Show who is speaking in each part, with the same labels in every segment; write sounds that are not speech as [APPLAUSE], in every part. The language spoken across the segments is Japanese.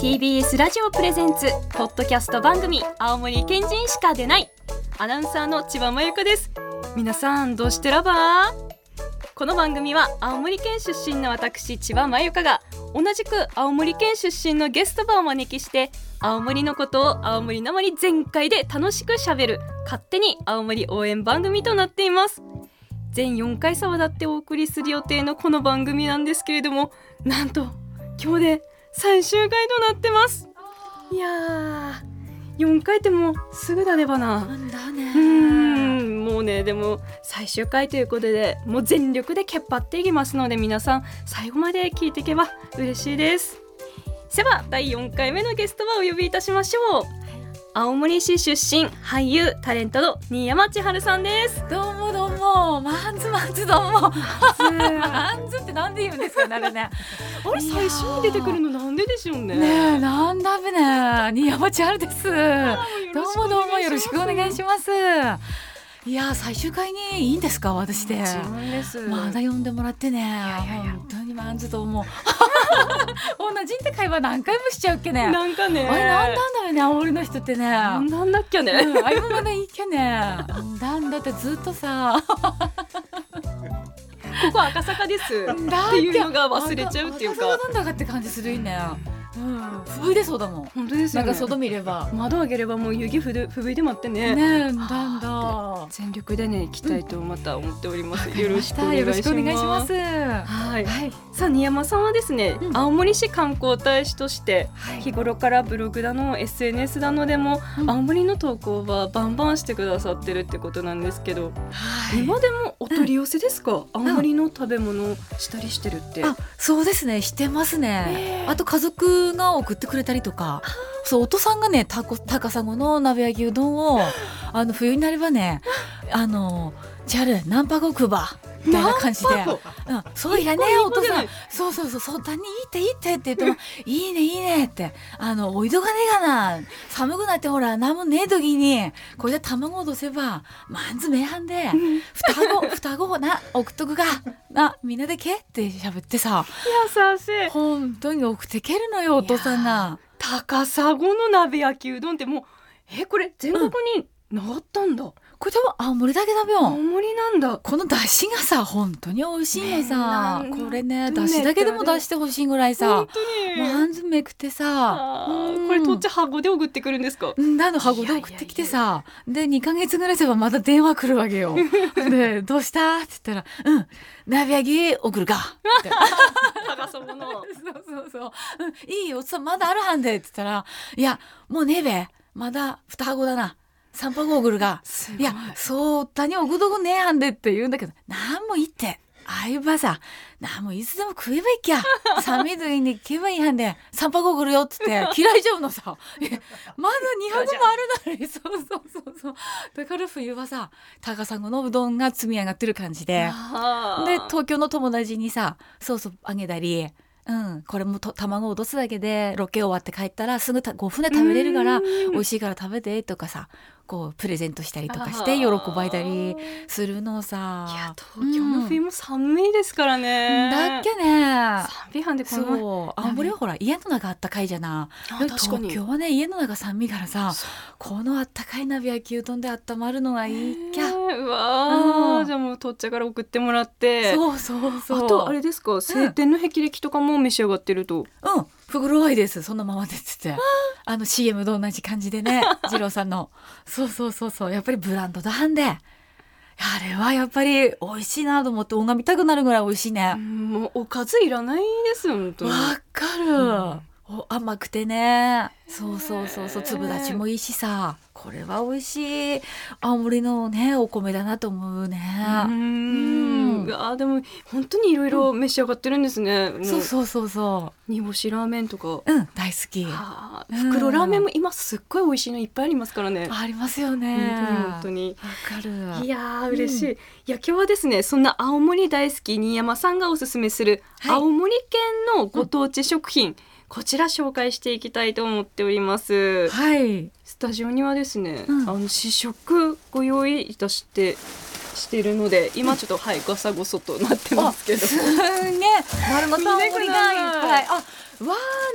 Speaker 1: TBS ラジオプレゼンツポッドキャスト番組青森県人しか出ないアナウンサーの千葉真由香です皆さんどうしてらばこの番組は青森県出身の私千葉真由香が同じく青森県出身のゲストばを招きして青森のことを青森なまり全開で楽しくしゃべる勝手に青森応援番組となっています全4回沢だってお送りする予定のこの番組なんですけれどもなんと今日で最終回となってますいやー4回ってもうすぐだねばな
Speaker 2: なんだ
Speaker 1: う
Speaker 2: ね。
Speaker 1: ーんもうねでも最終回ということでもう全力でけっぱっていきますので皆さん最後まで聞いていけば嬉しいですでは第4回目のゲストはお呼びいたしましょう青森市出身俳優タレントの新山千春さんです
Speaker 2: どうもどうも、マンズマンズどうも。マンズってなんで言うんですか、なるね。
Speaker 1: あれ
Speaker 2: いや
Speaker 1: 最
Speaker 2: ー
Speaker 1: 初に出てくるのなんででしょうね
Speaker 2: ねえ、なんだべね、新山千春です。どうもどうも、よろしくお願い
Speaker 1: ま
Speaker 2: します。いや、最終回にいいんですか、私で。
Speaker 1: 自分です
Speaker 2: まだ呼んでもらってね、
Speaker 1: いやいや
Speaker 2: 本当にマンズどう [LAUGHS] も。同じって会話何回もしちゃうっけね。
Speaker 1: なんか
Speaker 2: あ
Speaker 1: ね
Speaker 2: れ、なんだんだべね、青森の人ってね。
Speaker 1: なんなんだっけね、
Speaker 2: うん、あいもがねいいけね。なんだってずっとさ。
Speaker 1: ここ赤坂です
Speaker 2: だ
Speaker 1: っていうのが忘れちゃうっていうか
Speaker 2: あんたあんたがなんだかって感じするいね。うん、吹いでそうだもん。
Speaker 1: 本当です
Speaker 2: な
Speaker 1: よ
Speaker 2: ん
Speaker 1: ね
Speaker 2: か外見れば。
Speaker 1: 窓開ければもう雪ふるふぶいて待ってね
Speaker 2: ねえ、なんだ。
Speaker 1: 全力でね行きたいとまた思っております、よろしく
Speaker 2: ま
Speaker 1: お
Speaker 2: た
Speaker 1: 願い
Speaker 2: よろ
Speaker 1: します
Speaker 2: しくお願いします。は
Speaker 1: はい
Speaker 2: い。
Speaker 1: さあ新山さんはですね、
Speaker 2: うん
Speaker 1: 青森市観光大使として
Speaker 2: はい
Speaker 1: 日頃からブログだの SNS だのでも、
Speaker 2: うん
Speaker 1: 青森の投稿はバンバンしてくださってるってことなんですけど、今でもお取り寄せですか、青森の食べ物したりしてるって、
Speaker 2: あ、そうですね。してます
Speaker 1: ね
Speaker 2: ね
Speaker 1: え。
Speaker 2: あと家族が送ってくれたりとか。そう、お父さんがね、たこ、高砂の鍋焼きうどんを。あの冬になればね。あの、ジャル、ナンパゴ食うば。みたいな感じで。
Speaker 1: ナンパゴ
Speaker 2: うん、そういらねえ、
Speaker 1: 一
Speaker 2: お
Speaker 1: 個
Speaker 2: 父
Speaker 1: じゃ
Speaker 2: さ
Speaker 1: なんい。
Speaker 2: そうそうそう、そう、だにいいっていいってって言って
Speaker 1: [LAUGHS]
Speaker 2: も、いいね、いいねって。あの、おいどがねえがな。寒くなってほら、なんもねえ時に、これで卵落とせば、まんず名飯で、双
Speaker 1: [LAUGHS]
Speaker 2: 子、双子をな、送っとくが、な、みんなでけって喋ってさ、
Speaker 1: 優しい
Speaker 2: 本当に送ってけるのよ、お父さんが。
Speaker 1: 高砂の鍋焼きうどんってもうえこれ全国に回ったんだ、
Speaker 2: これでも青森だけだべ
Speaker 1: 青
Speaker 2: よ。
Speaker 1: 森なんだ
Speaker 2: この出汁がさ、本当に美味しいのさ
Speaker 1: ね。え
Speaker 2: これね、
Speaker 1: なんてね
Speaker 2: 出汁だけでも出してほしいぐらいさ
Speaker 1: 本、当に
Speaker 2: まんずめくてさ
Speaker 1: あ、ー
Speaker 2: うん
Speaker 1: これとっちハゴで送ってくるんですか。
Speaker 2: うん、あの箱で送ってきてさで2ヶ月ぐらいすればまた電話来るわけ [LAUGHS] よで「どうした?」って言ったら「うん鍋焼き送るか」って
Speaker 1: 高砂の。
Speaker 2: そうそうそう「うん、いいよおっさんまだあるはんで」って言ったら「いやもうねえべまだ2箱だな3箱送るか」
Speaker 1: す
Speaker 2: 「いやそう他に送るとこねえはんで」って言うんだけど「なんもいいって」ああいうばさ、なんもいつでも食えばいいき
Speaker 1: [LAUGHS]
Speaker 2: ゃ。寒い時に食えばいいはんで、3箱送るよって言って、嫌いちゃうのさ。えまだ2箱もあるのにそうそうそうそうだから冬はさ高砂のうどんが積み上がってる感じで
Speaker 1: あ
Speaker 2: で
Speaker 1: ー
Speaker 2: 東京の友達にさそうそうあげたり、うん、これもと卵を落とすだけでロケ終わって帰ったらすぐた5分で食べれるから
Speaker 1: うん
Speaker 2: 美味しいから食べてとかさこうプレゼントしたりとかして
Speaker 1: あ
Speaker 2: 喜
Speaker 1: ー
Speaker 2: ばれたり
Speaker 1: い
Speaker 2: するのさ。
Speaker 1: や東京の冬も寒いですから
Speaker 2: うん
Speaker 1: ね。
Speaker 2: だっけね
Speaker 1: 寒いはんでこ
Speaker 2: そ
Speaker 1: の前。
Speaker 2: う青森はほら家の中あったかいじゃな
Speaker 1: あ
Speaker 2: い
Speaker 1: 確かに
Speaker 2: 東京はね家の中寒いからさ
Speaker 1: そ
Speaker 2: このあったかい鍋焼きうどんで温まるのがいいきゃ。
Speaker 1: ねうわ
Speaker 2: う
Speaker 1: あ
Speaker 2: ん
Speaker 1: じゃあもうとっちゃから送ってもらって。
Speaker 2: そうそう
Speaker 1: あ
Speaker 2: そう。
Speaker 1: とあれですか晴天の霹靂とかも召し上がってると。
Speaker 2: うん、フグロアイです。そのままでっつって。あの CM と同じ感じで
Speaker 1: [LAUGHS]
Speaker 2: ね、二郎さんの。そうそうそうそう。やっぱりブランドだはんで。あれはやっぱり美味しいなと思って拝みたくなるぐらい美味しいね。
Speaker 1: もうおかずいらないです本当
Speaker 2: わ
Speaker 1: に。
Speaker 2: かる、お甘くてね。そうそうそうそう。粒立ちもいいしさ。これは美味しい。青森のね、お米だなと思うね。
Speaker 1: うーん。
Speaker 2: うん
Speaker 1: うわあでも本当にいろいろ召し上がってるんですね。も
Speaker 2: そうそうそうそ
Speaker 1: 煮干しラーメンとか。
Speaker 2: う。うん、大好き。
Speaker 1: あー
Speaker 2: うん
Speaker 1: 袋ラーメンも今すっごい美味しいのいっぱいありますからね。
Speaker 2: ありますよね。
Speaker 1: 本当に
Speaker 2: わかる。
Speaker 1: 本当に。いやー嬉しい。いや今日はですねそんな青森大好き新山さんがおすすめする
Speaker 2: はい
Speaker 1: 青森県のご当地食品、こちら紹介していきたいと思っております。
Speaker 2: はい。
Speaker 1: スタジオにはですね、
Speaker 2: うん
Speaker 1: あの試食ご用意いたしてしているので今ちょっとはいごさごそとなってますけど
Speaker 2: すんげえ丸ごと青森がいっぱいあわあ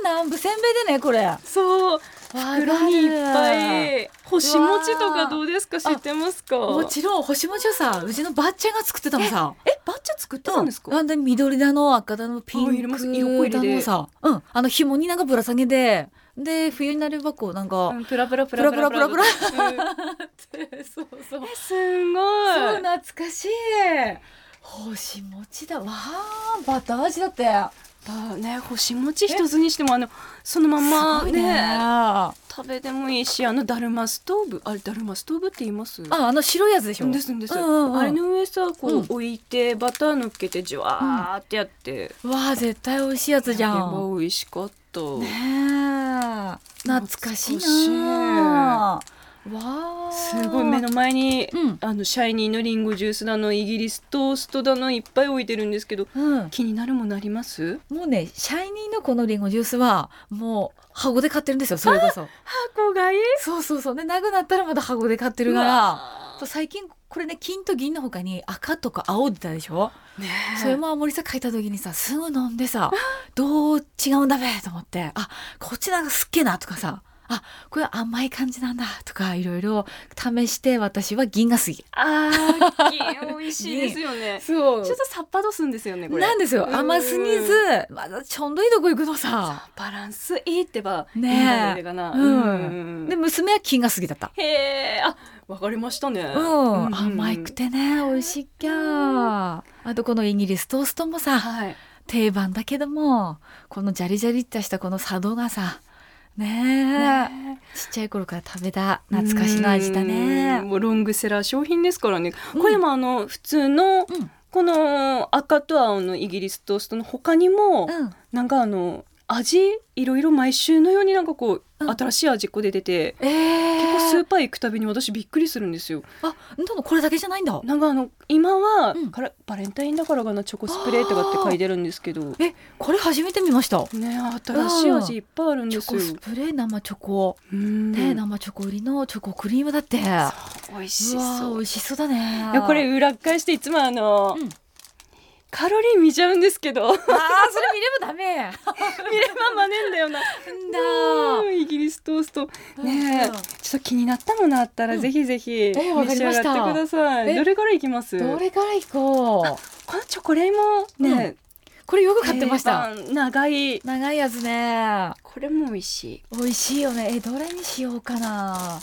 Speaker 2: 南部せんべいでねこれ
Speaker 1: そう袋にいっぱい星餅とかどうですか知
Speaker 2: わあ
Speaker 1: ってますか
Speaker 2: もちろん星餅をさうちのばっちゃんが作ってたのさ
Speaker 1: えバッチャ作ってたんですか、
Speaker 2: あで緑だの赤だのピ
Speaker 1: あ入れ
Speaker 2: ン
Speaker 1: ま
Speaker 2: ク
Speaker 1: す横入り
Speaker 2: だ
Speaker 1: で
Speaker 2: のさうんあの紐になんかぶら下げでで冬になればこうなんか、
Speaker 1: うんプラプラプ
Speaker 2: プラプラプラプラ [LAUGHS]
Speaker 1: うん
Speaker 2: そうそう
Speaker 1: えすご
Speaker 2: そう
Speaker 1: い
Speaker 2: 懐かしい星餅だわあバター味だって
Speaker 1: あね星餅一つにしてもあのそのまます
Speaker 2: ごい
Speaker 1: ね
Speaker 2: あ
Speaker 1: 食べてもいいしあのだるまストーブあれだるまストーブって言います
Speaker 2: あの白いやつでしょ
Speaker 1: ですんです、
Speaker 2: うんうんうん
Speaker 1: あれの上さこ
Speaker 2: うん
Speaker 1: う置いてバター乗っけてじゅわーってやって、
Speaker 2: わあ絶対美味しいやつじゃ
Speaker 1: や
Speaker 2: ん
Speaker 1: ば美味しかった、
Speaker 2: ねえ懐かしい
Speaker 1: 懐かしい
Speaker 2: なあわあ
Speaker 1: すごい目の前に、
Speaker 2: うん
Speaker 1: あのシャイニーのリンゴジュースだのイギリストーストだのいっぱい置いてるんですけど
Speaker 2: うん、
Speaker 1: 気になるもんなります
Speaker 2: もうねシャイニーのこのリンゴジュースはもう箱で買ってるんですよそれこそ
Speaker 1: 箱がいい
Speaker 2: そうそうそうでなくなったらまた箱で買ってるからあと最近これね金と銀の他に赤とか青出たでしょ
Speaker 1: ねえ
Speaker 2: それも青森さ書いた時にさすぐ飲んでさどう違うんだべと思ってあこっちなんかすっげえなとかさあこれ甘い感じなんだとかいろいろ試して私は銀が好き
Speaker 1: あー美味しいですよね
Speaker 2: そ
Speaker 1: ちょっとさっぱどすんですよねこれ
Speaker 2: なんですよ甘すぎずまだちょんどいとこ行くのさ
Speaker 1: バランスいいってばいいん
Speaker 2: ねえ
Speaker 1: だよねかな、
Speaker 2: うん
Speaker 1: で
Speaker 2: で娘は金が好きだった
Speaker 1: へえあわかりましたね、
Speaker 2: うん、
Speaker 1: うん
Speaker 2: 甘くてね美味しいっきゃあとこのイギリストーストもさ
Speaker 1: はい
Speaker 2: 定番だけどもこのジャリジャリってしたこの佐渡がさねえ
Speaker 1: ね
Speaker 2: ちっちゃい頃から食べた懐かしの味だね
Speaker 1: うんもうロングセラー商品ですからね、
Speaker 2: うん
Speaker 1: これもあの普通
Speaker 2: う
Speaker 1: の
Speaker 2: ん
Speaker 1: この赤と青のイギリストーストの他にも、
Speaker 2: うん
Speaker 1: なんかあの味いろいろ毎週のようになんかこう、
Speaker 2: うん
Speaker 1: 新しい味っこで出て
Speaker 2: え
Speaker 1: 結構ス
Speaker 2: ー
Speaker 1: ー、パー行くたびに私びっくりするんですよ
Speaker 2: あ、どのこれだけじゃないんだ。
Speaker 1: なんかあの今は、
Speaker 2: うん
Speaker 1: からバレンタインだからかなチョコスプレーとかって書いてるんですけど
Speaker 2: え、これ初めて見ました。
Speaker 1: ね新しい味いっぱいあるん
Speaker 2: チ
Speaker 1: で
Speaker 2: ョ
Speaker 1: すよ
Speaker 2: コスプレー生チョコ、
Speaker 1: うん
Speaker 2: ね、生チョコ売りのチョコクリームだって。うわ
Speaker 1: 美味し
Speaker 2: ー、
Speaker 1: そ
Speaker 2: 美
Speaker 1: うい
Speaker 2: 味しそうだね。
Speaker 1: やこれ裏返していつもあの、
Speaker 2: うん
Speaker 1: カロリー見ちゃうんですけど見れ
Speaker 2: ああ、それ見ればダメ。
Speaker 1: [LAUGHS] ば真似んだよな
Speaker 2: な
Speaker 1: うんイギリストースト
Speaker 2: んだ。
Speaker 1: ねえちょっと気になったものあったら、
Speaker 2: うん
Speaker 1: ぜひぜひ召し
Speaker 2: えわかりま
Speaker 1: 上
Speaker 2: した
Speaker 1: がってください
Speaker 2: え
Speaker 1: どれからいきます
Speaker 2: どれから行こう。
Speaker 1: このチョコレーもね、
Speaker 2: これよく買ってました。
Speaker 1: 定番長い
Speaker 2: 長いやつね。
Speaker 1: これも美味しい
Speaker 2: 美味しいよね。え、どれにしようかな。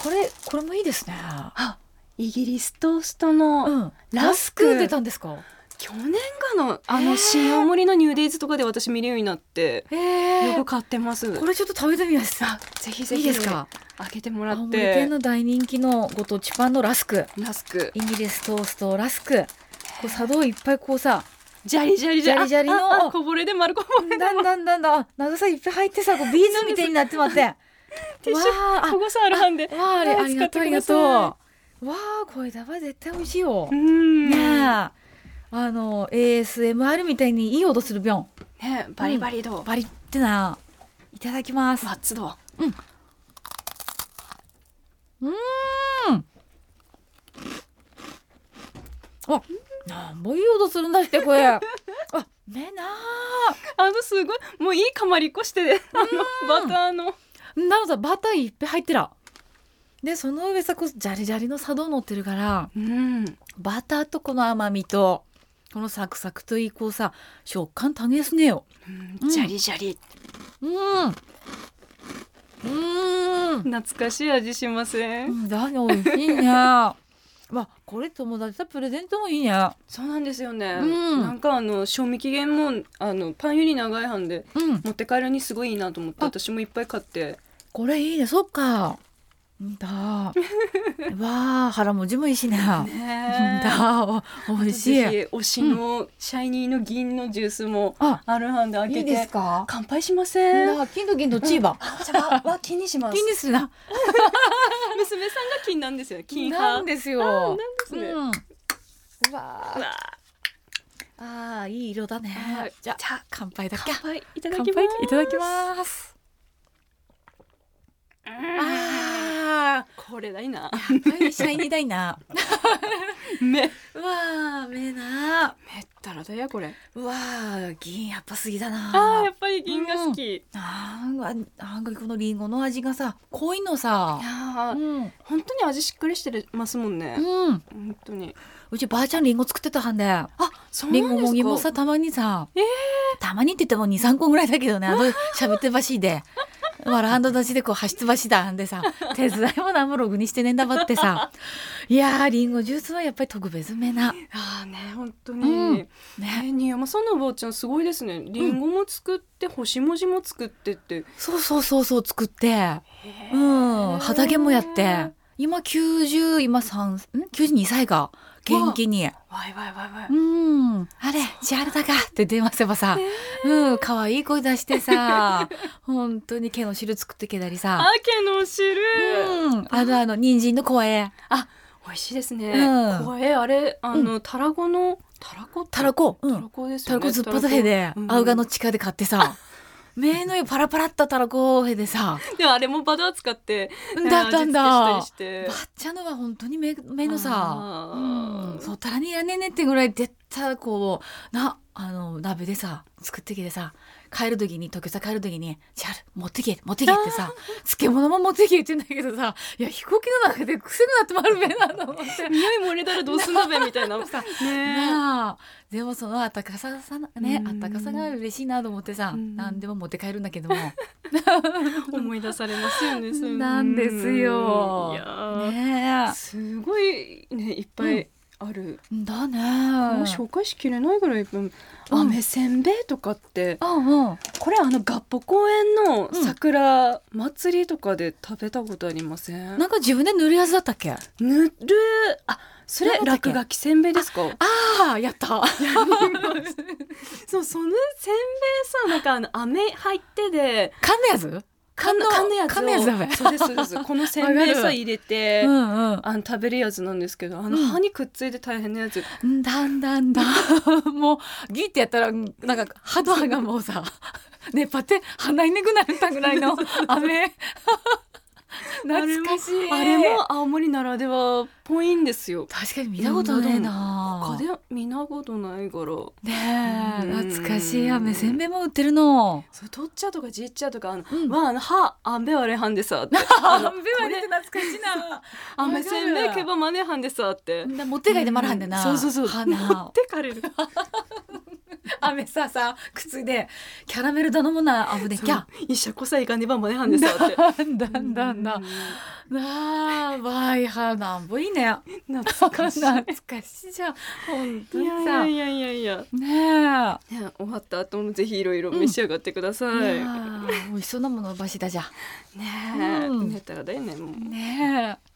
Speaker 2: これ、これもいいですね。
Speaker 1: あイギリストーストの、
Speaker 2: うん。
Speaker 1: ラ
Speaker 2: ラ
Speaker 1: ス
Speaker 2: ス
Speaker 1: ク
Speaker 2: ク出たんですか。
Speaker 1: 去年かのあの
Speaker 2: えー
Speaker 1: 新青森のニューデイズとかで私見るようになって、
Speaker 2: え
Speaker 1: よく買ってます
Speaker 2: これちょっと食べてみます。
Speaker 1: あぜひぜ
Speaker 2: いい
Speaker 1: ひ
Speaker 2: ですか。
Speaker 1: 開けてもら
Speaker 2: 青
Speaker 1: っ
Speaker 2: 森
Speaker 1: て
Speaker 2: 県の大人気のご当地パンのラスク。
Speaker 1: ラスク
Speaker 2: イギリストーストラスク。こう砂糖いっぱいこうさ、
Speaker 1: ジャリジャリ
Speaker 2: ジャリジャリの
Speaker 1: あああこぼれで丸こぼれで
Speaker 2: だんだんだんだん、あ長さいっぱい入ってさ、こうビーズみたいになってまって。わ
Speaker 1: ティッシュ
Speaker 2: あ、
Speaker 1: ここさあるはんで
Speaker 2: あわあ、あれ、
Speaker 1: ね
Speaker 2: ありがとう、あ
Speaker 1: 使って
Speaker 2: り
Speaker 1: くだ
Speaker 2: がと
Speaker 1: さ
Speaker 2: う。
Speaker 1: い
Speaker 2: わあ、これだわ、絶対美味しいよ
Speaker 1: う。ん
Speaker 2: ねえ。
Speaker 1: ね
Speaker 2: あの、ASMR みたいにいい音するビョン。
Speaker 1: バリバリどう
Speaker 2: バリってな。いただきます
Speaker 1: マ。ッツど
Speaker 2: なんぼいい音するんだって、これ。あ、ねなあ。
Speaker 1: あのすごいもういいかまりっこしてであのバターの
Speaker 2: なのさバターいっぱい入ってらでその上さこうジャリジャリの砂糖乗ってるから
Speaker 1: うん
Speaker 2: バターとこの甘みとこのサクサクといいこうさ食感たげすねよ
Speaker 1: うんジャリジャリ
Speaker 2: うんうん
Speaker 1: 懐かしい味しませ
Speaker 2: うんんだにおいしいね [LAUGHS] わこれ友達とプレゼントもいいね
Speaker 1: そうなんですよね
Speaker 2: うん
Speaker 1: なんかあの賞味期限もあのパンより長いはんで
Speaker 2: うん
Speaker 1: 持って帰るにすごいいいなと思って
Speaker 2: あ
Speaker 1: 私もいっぱい買って
Speaker 2: これいいねそっかうん
Speaker 1: [LAUGHS]
Speaker 2: だわあ腹持ちもいいしねうん
Speaker 1: ねえ
Speaker 2: だおおいし
Speaker 1: ぜ
Speaker 2: い
Speaker 1: ひ推しのシャイニーの銀のジュースも
Speaker 2: あ
Speaker 1: あるはんで開
Speaker 2: い
Speaker 1: け
Speaker 2: いです
Speaker 1: て
Speaker 2: か
Speaker 1: 乾杯しません
Speaker 2: な金と銀とチーバ
Speaker 1: じゃあ金にし [LAUGHS] ま
Speaker 2: 金ですな。
Speaker 1: 娘さんが金なんですよ金
Speaker 2: な
Speaker 1: 派
Speaker 2: ん
Speaker 1: で
Speaker 2: ですよ。
Speaker 1: すね
Speaker 2: うん。うわ
Speaker 1: う
Speaker 2: あ。
Speaker 1: わ
Speaker 2: ああいい色だね
Speaker 1: はい。
Speaker 2: じゃあ
Speaker 1: じゃあ
Speaker 2: 乾杯だっけ
Speaker 1: 乾。杯いただ
Speaker 2: 乾
Speaker 1: き
Speaker 2: 杯
Speaker 1: ます
Speaker 2: いただきます。ああ
Speaker 1: ここれだい
Speaker 2: は
Speaker 1: な
Speaker 2: いシャイニーダイナ
Speaker 1: 目めっ
Speaker 2: ー。うわあ、目なあ。
Speaker 1: たらだやこれ
Speaker 2: うわあ、銀やっぱすぎだ
Speaker 1: あーや
Speaker 2: な
Speaker 1: っぱり銀が好き、
Speaker 2: あ。なんか、なんかこのリンゴの味がさ、濃いのさ
Speaker 1: い。やー
Speaker 2: うん。
Speaker 1: 本当に味しっかりしてますもんね、
Speaker 2: うん。
Speaker 1: 本当に
Speaker 2: うちばあちゃんリンゴ作ってたはんで。
Speaker 1: あそう
Speaker 2: リ
Speaker 1: な
Speaker 2: ンゴ
Speaker 1: ん
Speaker 2: もぎも
Speaker 1: ですか
Speaker 2: さたまにさ、
Speaker 1: えー
Speaker 2: たまにって言っても23個ぐらいだけどねあの喋ってばしいで。わらはんど立ちでこう走ってばしだん [LAUGHS] でさ手伝いも何もログにしてねんだばってさいやーリンゴジュースはやっぱり特別めな
Speaker 1: ああね本当に、
Speaker 2: うん
Speaker 1: ね
Speaker 2: ね
Speaker 1: 新山さんのおばあちゃんすごいですねりんごも作って、星文字も作ってって
Speaker 2: そうそうそうそう作ってう
Speaker 1: へー
Speaker 2: ん畑もやって今90今3ん92歳が元気に
Speaker 1: わいわいわいわい、
Speaker 2: うんあれ千春だかって電話せばさ、うん可愛い声出してさ本当に毛の汁作ってけだりさ
Speaker 1: あけの汁、
Speaker 2: うん、あのあの人参の声
Speaker 1: 美味しいですね、
Speaker 2: うん
Speaker 1: これあれあの、たらこのたらこ
Speaker 2: たらこ、う
Speaker 1: たら
Speaker 2: ん、
Speaker 1: こです
Speaker 2: た
Speaker 1: よ
Speaker 2: ら
Speaker 1: ね
Speaker 2: こずっぱたへで、
Speaker 1: うん
Speaker 2: アウガの地下で買って
Speaker 1: [LAUGHS]
Speaker 2: さ目のよパラパラったたらこへでさ
Speaker 1: [LAUGHS] でもあれもバター使ってね
Speaker 2: だったんだ
Speaker 1: 味付けしたり
Speaker 2: ば
Speaker 1: して
Speaker 2: っちゃのは本当に目目のさ、
Speaker 1: あ
Speaker 2: う
Speaker 1: ー
Speaker 2: ん、そうたらにいらねえねってぐらい絶対こうなあの鍋でさ作ってきてさ帰る時に時さ帰る時に「じゃあ持ってけ持ってけ」ってさ漬物も持ってけって言うんだけどさいや飛行機の中で癖になってまるべなと思って。
Speaker 1: 匂い漏れたらどうすんだべみたい
Speaker 2: [LAUGHS]
Speaker 1: なね
Speaker 2: さ
Speaker 1: え
Speaker 2: なあでもその温かささなね
Speaker 1: うん
Speaker 2: 温かさが嬉しいなと思ってさ、
Speaker 1: うん
Speaker 2: 何でも持って帰るんだけども
Speaker 1: 思い出されますよねそういうの
Speaker 2: なんですよ
Speaker 1: うんいやー
Speaker 2: ね
Speaker 1: すごいねいっぱいある、
Speaker 2: えだ
Speaker 1: もう
Speaker 2: ね
Speaker 1: 紹介しきれないぐらいいっぱいあめせんべいとかって
Speaker 2: うんうん
Speaker 1: これあの合浦公園の
Speaker 2: うん
Speaker 1: 桜祭りとかで食べたことありません、
Speaker 2: なんか自分で塗るやつだったっけあ
Speaker 1: 塗るあそれ
Speaker 2: なんだっけ
Speaker 1: 落書きせんべいですか
Speaker 2: あやった [LAUGHS]
Speaker 1: そうそのせんべいさなんかあの飴入ってで
Speaker 2: 缶のやつ缶の
Speaker 1: 缶のやつを
Speaker 2: 缶のやつだべ
Speaker 1: そうですそうですこのせんべい
Speaker 2: わ
Speaker 1: さ
Speaker 2: かる
Speaker 1: 入れて、
Speaker 2: うんうん
Speaker 1: あの食べるやつなんですけどあの
Speaker 2: うん
Speaker 1: 歯にくっついて大変なやつ、
Speaker 2: だんだん [LAUGHS] だんもうギってやったらなんか歯と歯がもうさ [LAUGHS] ねパって鼻いねくなったぐらい
Speaker 1: [LAUGHS]
Speaker 2: の飴懐かしい
Speaker 1: あれも青森ならではっぽいんですよ
Speaker 2: 確かに見たことねえ
Speaker 1: 他
Speaker 2: な。
Speaker 1: で見なことないから
Speaker 2: ねえ
Speaker 1: うん
Speaker 2: 懐かしい飴せんべいも売ってるの。
Speaker 1: それとっちゃとかじいちゃとかあの、
Speaker 2: うん
Speaker 1: わあの歯あんべわれはんで
Speaker 2: [LAUGHS]
Speaker 1: さって
Speaker 2: あ
Speaker 1: あの
Speaker 2: 飴割れて懐かしいな。
Speaker 1: あめせんべい
Speaker 2: わか
Speaker 1: け
Speaker 2: る
Speaker 1: ばまねはんでさって
Speaker 2: だ持って帰ってまらはんでな。
Speaker 1: そうそうそう持
Speaker 2: 花
Speaker 1: ってかれる
Speaker 2: 飴ささ靴でキャラメル頼むなあぶできゃ。
Speaker 1: 一社こさいかねばまねはんでさって
Speaker 2: んだん [LAUGHS] だんだ。
Speaker 1: うん
Speaker 2: なあわいはなんぼいいね。
Speaker 1: 懐
Speaker 2: 懐
Speaker 1: かしい
Speaker 2: かしいじゃん。本当
Speaker 1: い
Speaker 2: に
Speaker 1: やい
Speaker 2: さ
Speaker 1: や。いやいやいや
Speaker 2: ねえ。
Speaker 1: ね終わった後もぜひいろいろ召し上がってください、
Speaker 2: いやあ美味しそうなものばしだじゃん。
Speaker 1: ねえ、
Speaker 2: うん
Speaker 1: 寝たらだよねもう
Speaker 2: ねえ。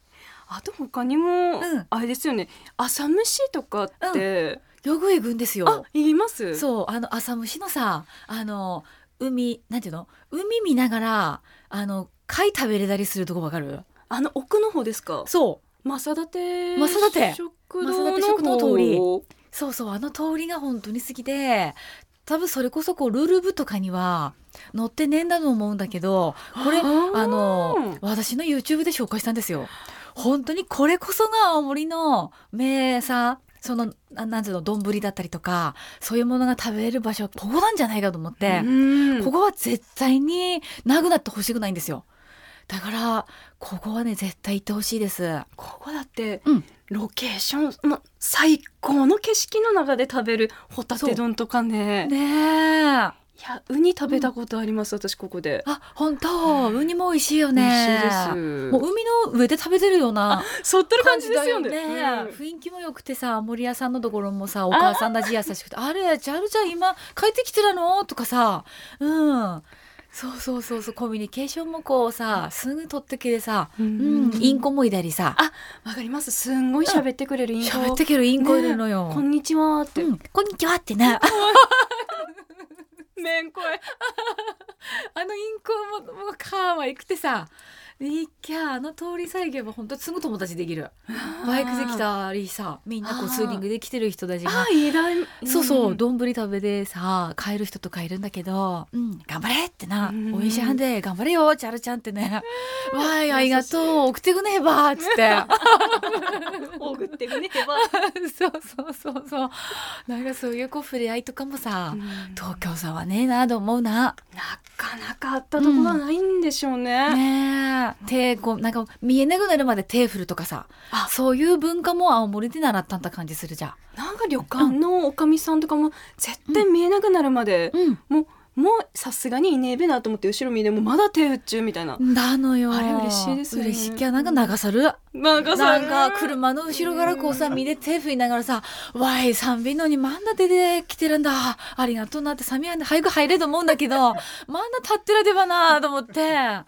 Speaker 1: あと他にも、
Speaker 2: ん
Speaker 1: あれですよね朝虫とかって、
Speaker 2: よく行くんですよ。
Speaker 1: あ言います
Speaker 2: そうあの朝虫のさあの海なんていうの海見ながらあの貝食べれたりするとこわかる
Speaker 1: あの奥の方ですか
Speaker 2: そう
Speaker 1: マサダテ
Speaker 2: マサダテ
Speaker 1: 食
Speaker 2: マサ
Speaker 1: 堂
Speaker 2: ダテ
Speaker 1: の
Speaker 2: 食堂の通り
Speaker 1: 方
Speaker 2: そうそうあの通りが本当に好きで多分それこそこうルール部とかには載ってねえんだと思うんだけどこれ
Speaker 1: あー
Speaker 2: あの私の YouTube で紹介したんですよ本当にこれこそが青森の名産そのななんていうの丼だったりとかそういうものが食べれる場所はここなんじゃないかと思って、
Speaker 1: うん
Speaker 2: ここは絶対になくなってほしくないんですよ。だから、ここはね、絶対行ってほしいです。
Speaker 1: ここだって、
Speaker 2: うん
Speaker 1: ロケーション、ま、最高の景色の中で食べるホタテ丼とかね
Speaker 2: ねえ。あ、
Speaker 1: いやウニ食べたことあります、私ここで、
Speaker 2: 本当、ウニも美味しいよ
Speaker 1: 美
Speaker 2: ね。
Speaker 1: 味しい
Speaker 2: も
Speaker 1: で
Speaker 2: う海の上で食べてるような
Speaker 1: すそってる
Speaker 2: 感
Speaker 1: 感じ
Speaker 2: じ
Speaker 1: で
Speaker 2: だ
Speaker 1: すよ
Speaker 2: よ
Speaker 1: ね
Speaker 2: ね。
Speaker 1: うん
Speaker 2: 雰囲気も良くてさ、森屋さんのところもさ、お母さんたち優しくて、あれ、チャルちゃん今帰ってきてたのとかさ、うん。そうそうそうそう、コミュニケーションもこうさ、すぐ取ってきてさ、
Speaker 1: う
Speaker 2: うん
Speaker 1: ん、
Speaker 2: インコもいたりさ、
Speaker 1: わかりますすんごい喋ってくれるインコ、
Speaker 2: 喋ってけるインコいるのよ。
Speaker 1: こんにちはって、
Speaker 2: うん、こんにちはってね。
Speaker 1: めんこい
Speaker 2: あのインコももう可愛くてさ、いっきゃあの通りさえ行けば本当にすぐ友達できるバイクで来たりさみんなこう
Speaker 1: あー
Speaker 2: ツーリングで来てる人たちが
Speaker 1: あーいらん
Speaker 2: そうそう、
Speaker 1: ど
Speaker 2: 丼食べでさ、帰る人とかいるんだけど、うん、頑張れってな、
Speaker 1: うん
Speaker 2: おいしいはんで、頑張れよ、チャルちゃんって [LAUGHS] ね。わーい、
Speaker 1: 優しい
Speaker 2: ありがとう、送ってくねえば、つって。
Speaker 1: おぐってみねば、
Speaker 2: [LAUGHS] そうそうそうそう。なんかそういうこう触れ合いとかもさ、東京さんはねえなと思うな。
Speaker 1: なかなかあったところはないんでしょうね、
Speaker 2: ねえ。手、こう、なんか見えなくなるまで手振るとかさ
Speaker 1: あ、
Speaker 2: そういう文化も青森で習ったんだ感じするじゃん。
Speaker 1: なんか旅館のおかみさんとかも絶対見えなくなるまで、
Speaker 2: うん。
Speaker 1: もうもうさすがにいねえべなと思って後ろ見てもまだ手打っちゅうみたいな、
Speaker 2: なのよ。
Speaker 1: あれ嬉しいですよね
Speaker 2: 嬉しいきゃ、なんか流さる。
Speaker 1: なんか
Speaker 2: な
Speaker 1: さ
Speaker 2: んか車の後ろからこうさ見で手振りながらさ「わい三瓶のにまんだ出てきてるんだありがとうな」って三瓶で早く入れと思うんだ
Speaker 1: [LAUGHS]
Speaker 2: けどまんだ立ってらでばなと思ってあ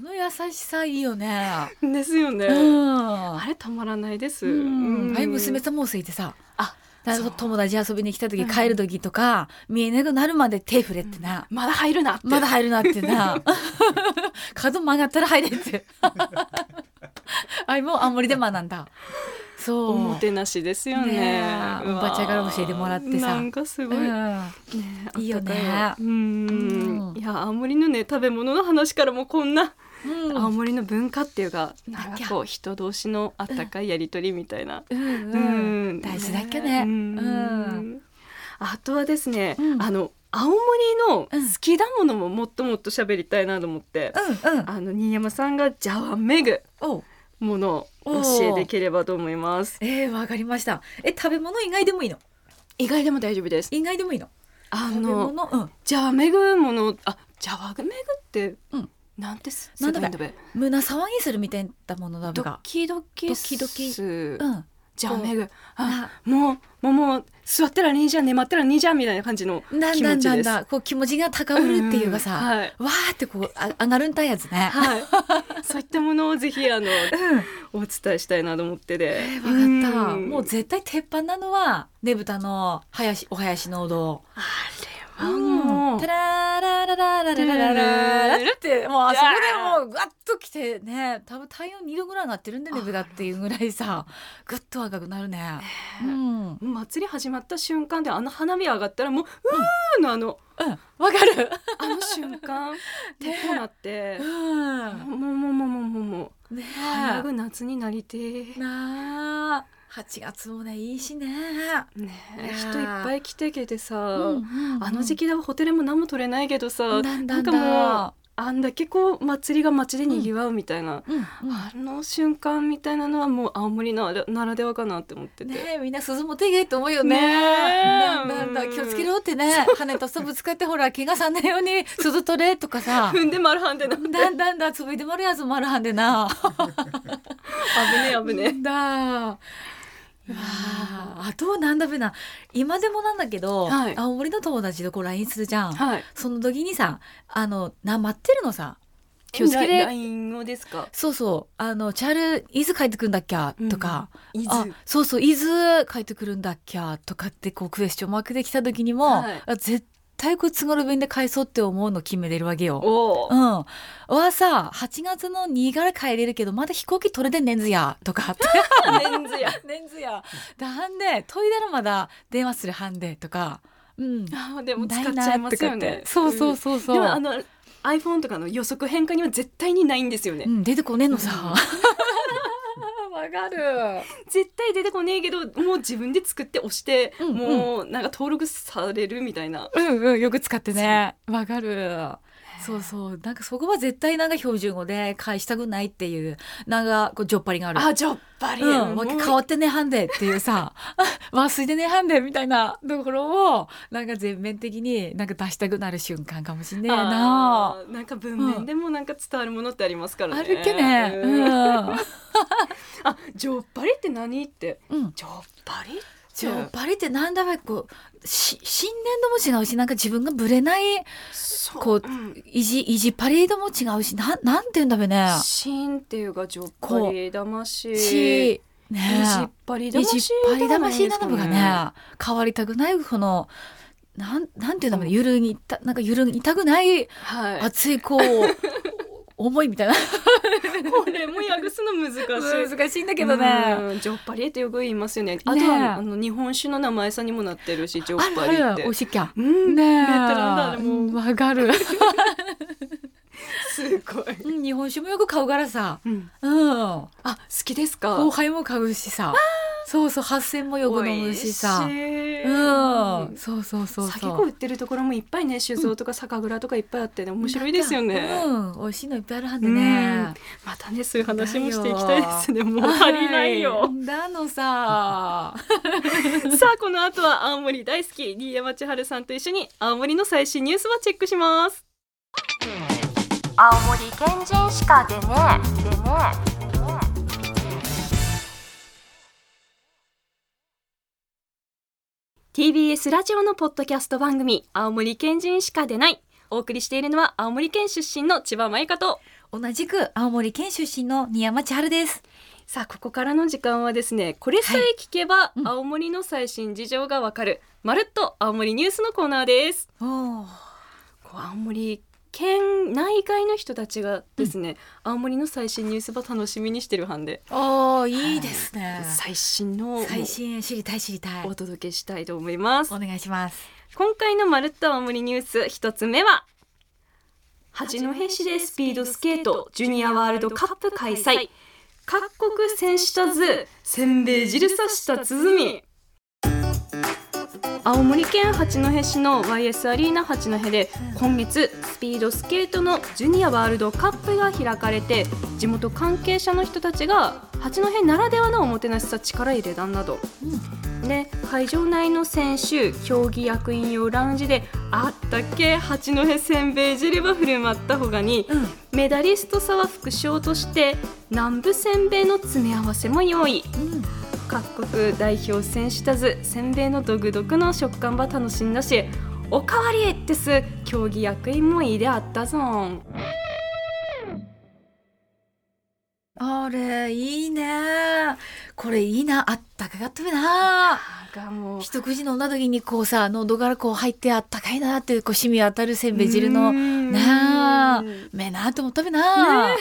Speaker 2: の優しさいいよね。
Speaker 1: ですよね、
Speaker 2: うん
Speaker 1: あれたまらないです、
Speaker 2: うん、あれ娘
Speaker 1: と
Speaker 2: さんもうすいてさ
Speaker 1: あ
Speaker 2: だ
Speaker 1: そう
Speaker 2: 友達遊びに来た時
Speaker 1: うん
Speaker 2: 帰る時とか、見えなくなるまで手振れってな、
Speaker 1: まだ入るなって
Speaker 2: まだ入るなってな [LAUGHS] 角曲がったら入れってあれもう青森で学んだそう
Speaker 1: おもてなしですよね
Speaker 2: ねえ
Speaker 1: うわ
Speaker 2: おばちゃんから教えてもらってさ
Speaker 1: なんかすごい、
Speaker 2: う
Speaker 1: ね
Speaker 2: いいよね
Speaker 1: あったかいわうん
Speaker 2: うん
Speaker 1: いや青森のね食べ物の話からもこんな、
Speaker 2: ん
Speaker 1: 青森の文化っていうか
Speaker 2: だっけ
Speaker 1: なんかこう人同士のあったかいやりとりみたいな、
Speaker 2: うんうん大事だっけ
Speaker 1: う
Speaker 2: ね。
Speaker 1: ん
Speaker 2: うん
Speaker 1: あとはですね、
Speaker 2: うん
Speaker 1: あの青森の好きだものももっともっと喋りたいなと思って、
Speaker 2: うんうん。
Speaker 1: あの新山さんがじゃわめぐ
Speaker 2: おう
Speaker 1: ものを教えていければと思います
Speaker 2: えーわかりました。え食べ物以外でもいいの？
Speaker 1: 意外でも大丈夫です
Speaker 2: 以外でもいいの？
Speaker 1: あ
Speaker 2: 食べ
Speaker 1: の
Speaker 2: 物うん。
Speaker 1: じゃわめぐものあじゃわめぐって、
Speaker 2: うん
Speaker 1: なんてす
Speaker 2: なんだべ
Speaker 1: すべ
Speaker 2: 胸騒ぎするみたいなものだ
Speaker 1: ド
Speaker 2: が。
Speaker 1: キドキ
Speaker 2: ドキドキ
Speaker 1: す
Speaker 2: うん。
Speaker 1: じゃあめぐあ
Speaker 2: あ
Speaker 1: もうもうもう座ってらにいいじゃんね待ってらにいいじゃんみたいな感じの気持
Speaker 2: なん
Speaker 1: ちです
Speaker 2: だなんだこう気持ちが高ぶるっていうかさ、
Speaker 1: うんはい
Speaker 2: わーってこうあ上がるんたいやつね。
Speaker 1: はい、そういったものをぜ
Speaker 2: [LAUGHS]
Speaker 1: ひあの
Speaker 2: うん。
Speaker 1: お伝えしたいなと思ってて、
Speaker 2: えー、わかった。
Speaker 1: ん
Speaker 2: もう絶対鉄板なのはねぶたの林お林のうどん。
Speaker 1: あれはもう、
Speaker 2: タラララララララララってもうあそこでもうガッときてね多分体温2度ぐらい上がってるんでねぶがっていうぐらいさグッと赤くなるね。うん、うん、
Speaker 1: 祭り始まった瞬間であの花火上がったらもううーのあ
Speaker 2: [LAUGHS]
Speaker 1: の
Speaker 2: わかる。
Speaker 1: あの瞬間
Speaker 2: ね
Speaker 1: 結構なって、
Speaker 2: うん、
Speaker 1: もうもうもうもうもうもう
Speaker 2: ね
Speaker 1: 早く夏になりて
Speaker 2: え。
Speaker 1: ー
Speaker 2: なあ8月もねいいしね。
Speaker 1: ねえ
Speaker 2: いやー
Speaker 1: 人いっぱい来てけてさ、あ
Speaker 2: あ
Speaker 1: の時期ではホテルも何も取れないけどさ
Speaker 2: だんだ
Speaker 1: なん
Speaker 2: ん
Speaker 1: か
Speaker 2: だ
Speaker 1: もうあんだけこう祭りが街でにぎわうみたいな、
Speaker 2: うんうん
Speaker 1: あの瞬間みたいなのはもう青森ならならではかなって思ってて、
Speaker 2: ねえみんな鈴持っていけって思うよね。
Speaker 1: ねえ
Speaker 2: なんだなんだ
Speaker 1: うん
Speaker 2: 気をつけろってね羽とさぶつかってほら怪我さんないように鈴取れとかさ。
Speaker 1: [LAUGHS] 踏んで丸はんでな
Speaker 2: だんだんだつぶいでまるやつもあるはんでな。
Speaker 1: 危ねえ危ね
Speaker 2: だ。わあ、あとはなんだべな。今でもなんだけど、
Speaker 1: はい
Speaker 2: 青森の友達とこう LINE するじゃん。
Speaker 1: えはい
Speaker 2: その時にさ、あの、なまってるのさ。気をつけ
Speaker 1: ラ
Speaker 2: れ。
Speaker 1: ラインをですか
Speaker 2: そうそう。あの、チャール、いつ帰ってくるんだっけとか。
Speaker 1: 伊
Speaker 2: あ
Speaker 1: 豆
Speaker 2: そうそう、いつ帰ってくるんだっけとかって、こう、クエスチョンマークできた時にも、
Speaker 1: はい
Speaker 2: あ絶対こう、津軽弁で返そうって思うの決めれるわけよ。
Speaker 1: お
Speaker 2: う
Speaker 1: お
Speaker 2: ん。はさ、8月の2から帰れるけど、まだ飛行機取れてんねんずや、と
Speaker 1: [LAUGHS]
Speaker 2: かあって。
Speaker 1: レンズや
Speaker 2: ねんずや。だはんで、トイレらまだ電話するはんで、とか。うん。
Speaker 1: あーでも使っちゃいます
Speaker 2: な
Speaker 1: よ
Speaker 2: いなとかっ
Speaker 1: ね
Speaker 2: てそうそうそうそう。
Speaker 1: でもあの iPhone とかの予測変化には絶対にないんですよね、
Speaker 2: うん、出てこねえのさ。
Speaker 1: [LAUGHS]
Speaker 2: わかる。
Speaker 1: 絶対出てこねえけどもう自分で作って押して、
Speaker 2: うんうん
Speaker 1: もうなんか登録されるみたいな
Speaker 2: うんうん、よく使ってね。わかる。そうそう。なんかそこは絶対なんか標準語で返したくないっていう、なんかこう、ジョッパリがある。
Speaker 1: あじゃっぱり、
Speaker 2: うん、わ
Speaker 1: もう
Speaker 2: け変わってねえはんでっていうさ [LAUGHS] あ忘れてねえはんでみたいなところをなんか全面的になんか出したくなる瞬間かもしんねえな
Speaker 1: あーなんか文面でもなんか伝わるものってありますから
Speaker 2: あ
Speaker 1: ね、
Speaker 2: るっけね
Speaker 1: う
Speaker 2: うんん、
Speaker 1: あじょっぱりって何って
Speaker 2: うん、
Speaker 1: じょっぱり
Speaker 2: じゃあバリってなんだかこうし新年度も違うしなんか自分がぶれない
Speaker 1: そ
Speaker 2: こうん意地意地パレードも違うしなんなんて言うんだべね
Speaker 1: しんっていうかじょっぱ
Speaker 2: こ
Speaker 1: り魂
Speaker 2: し
Speaker 1: い
Speaker 2: ね
Speaker 1: じっぱり
Speaker 2: 意
Speaker 1: 魂
Speaker 2: 地っぱり魂な
Speaker 1: と
Speaker 2: のが
Speaker 1: かないんですかね
Speaker 2: ね変わりたくないこのなんなんていうんだろうね揺るぎたなんか揺るぎたくない
Speaker 1: はい
Speaker 2: 熱いこう思いみたいな
Speaker 1: これも訳すの [LAUGHS] 難しい。
Speaker 2: 難しいんだけどね。
Speaker 1: うんジョッパリってよく言いますよね。あとは、
Speaker 2: ねえ
Speaker 1: あの日本酒の名前さにもなってるし、ジョ
Speaker 2: あ
Speaker 1: ッパリ
Speaker 2: るある
Speaker 1: って
Speaker 2: お。しきゃ。
Speaker 1: うん、
Speaker 2: ねえ
Speaker 1: ベテランだあれも
Speaker 2: うんわかる。
Speaker 1: すごい。
Speaker 2: うん日本酒もよく買うからさ。
Speaker 1: うん、
Speaker 2: うん。
Speaker 1: あ、好きですか。
Speaker 2: 後輩も買うしさ。そうそう、八千もよく飲むしさ。
Speaker 1: 美味しい
Speaker 2: うん。そうそうそう
Speaker 1: 酒
Speaker 2: そ
Speaker 1: 子売
Speaker 2: う。
Speaker 1: ってるところもいっぱいね酒造とか酒蔵とかいっぱいあってね面白いですよね、
Speaker 2: うん、美味しいのいっぱいあるはずね。
Speaker 1: またねそういう話もしていきたいですねもう足りない
Speaker 2: は
Speaker 1: よ、
Speaker 2: い。だのさ。
Speaker 1: [LAUGHS] さあこの後は青森大好き新山千春さんと一緒に青森の最新ニュースをチェックします
Speaker 3: 青森県人しか出ねえ出ねえ出ねえ
Speaker 1: うん TBS ラジオのポッドキャスト番組「青森県人しか出ない」お送りしているのは青森県出身の千葉舞香と
Speaker 2: 同じく青森県出身の新山千春です。
Speaker 1: さあここからの時間はですねこれさえ聞けば
Speaker 2: うん
Speaker 1: 青森の最新事情がわかる、まるっと青森ニュースのコーナーです
Speaker 2: おお。
Speaker 1: こう青森県内外の人たちがですね、青森の最新ニュースば楽しみにしてるはんで、
Speaker 2: おーいいですね。
Speaker 1: 最新のを
Speaker 2: 最新知りたい知りたい。
Speaker 1: お届けしたいと思います
Speaker 2: お願いします。
Speaker 1: 今回のまるっと青森ニュース一つ目は八戸市でスピードスケートジュニアワールドカップ開催各国選手たずせんべい汁さした鼓青森県八戸市の YS アリーナ八戸で今月スピードスケートのジュニアワールドカップが開かれて地元関係者の人たちが八戸ならではのおもてなしさ力入れだんなど、で会場内の選手競技役員用ラウンジであったっけ八戸せんべい汁は振る舞ったほかに、
Speaker 2: うん。
Speaker 1: メダリスト差は副賞として南部せんべいの詰め合わせも用意
Speaker 2: うん。
Speaker 1: 各国代表選手たずせんべいの独特の食感ば楽しんだしおかわりってす競技役員もいいであったぞん
Speaker 2: あれいいね。これいいな。あったかかったべな。
Speaker 1: がもう
Speaker 2: 一口飲んだ時にこうさ喉からこう入ってあったかいなってこう染み当たるせんべい汁の
Speaker 1: ね
Speaker 2: なあめなあと思ったべな。うん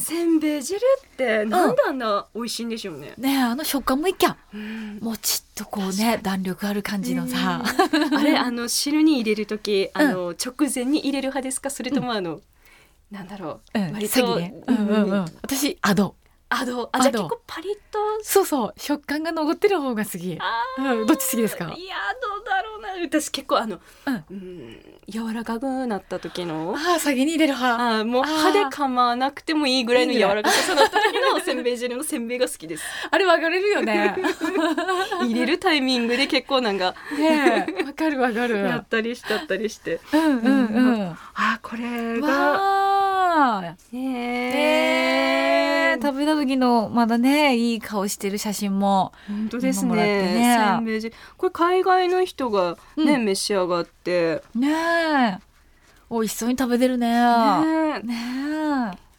Speaker 1: せんべい汁ってなんであんな美味しいんでしょうね、
Speaker 2: ねえあの食感もいいきゃ
Speaker 1: うん
Speaker 2: もちっとこうね弾力ある感じのさ。
Speaker 1: あれあの汁に入れる時あの、直前に入れる派ですかそれともあの、なんだろ
Speaker 2: う
Speaker 1: う、
Speaker 2: ん、
Speaker 1: 割
Speaker 2: 詐
Speaker 1: と、
Speaker 2: 欺ね。うんうんうん。私、アド。
Speaker 1: あのあじゃあ
Speaker 2: あど
Speaker 1: 結
Speaker 2: う
Speaker 1: 構パリッと
Speaker 2: そうそう、食感が残ってる方が好き。
Speaker 1: あ
Speaker 2: うん、どっち好きですか。
Speaker 1: いやどうだろうな私結構あの、
Speaker 2: うん
Speaker 1: うん柔らかくなった時
Speaker 2: あ
Speaker 1: の
Speaker 2: あ、先に入れる派。
Speaker 1: あもう
Speaker 2: あー
Speaker 1: 歯で構わなくてもいいぐらいの柔らかさだった時のせんべい汁のせんべいが好き [LAUGHS] です
Speaker 2: あれ、分かれるよ
Speaker 1: [LAUGHS]
Speaker 2: ね。
Speaker 1: 入れるタイミングで結構なんか
Speaker 2: ねえ、わかるわかる。
Speaker 1: やったりしたったりして
Speaker 2: うんうんうん。わ
Speaker 1: あこれが
Speaker 2: あ。
Speaker 1: ね
Speaker 2: ねえ、食べた時の、まだね、いい顔してる写真も。
Speaker 1: 本当です
Speaker 2: 今もらっ
Speaker 1: ね
Speaker 2: てね
Speaker 1: せんべい汁これ海外の人がね、
Speaker 2: うん
Speaker 1: 召し上がって、
Speaker 2: ねえ。美味しそうに食べてるね。
Speaker 1: ね
Speaker 2: ねえ。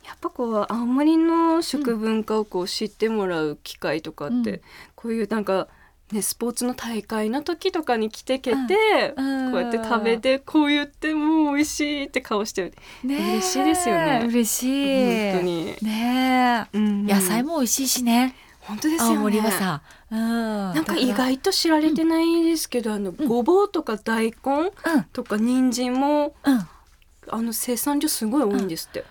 Speaker 1: やっぱこう青森の食文化をこう知ってもらう機会とかって、
Speaker 2: うん
Speaker 1: こういうなんか、ね、スポーツの大会の時とかに来てけて、
Speaker 2: うん
Speaker 1: こうやって食べてこう言ってもう美味しいって顔してる
Speaker 2: ねえ
Speaker 1: 嬉しいですよね
Speaker 2: 嬉しい。
Speaker 1: 本当。に、
Speaker 2: ねえ。
Speaker 1: うん
Speaker 2: 野菜も美味しいしね。
Speaker 1: 本当ですよ、
Speaker 2: 青
Speaker 1: ね、
Speaker 2: 森はさ、うん、な
Speaker 1: なんか意、外と知られてないですけど、あのごぼうとか大根
Speaker 2: う
Speaker 1: とか人参も
Speaker 2: んう
Speaker 1: あの生産量すごい多いんですって、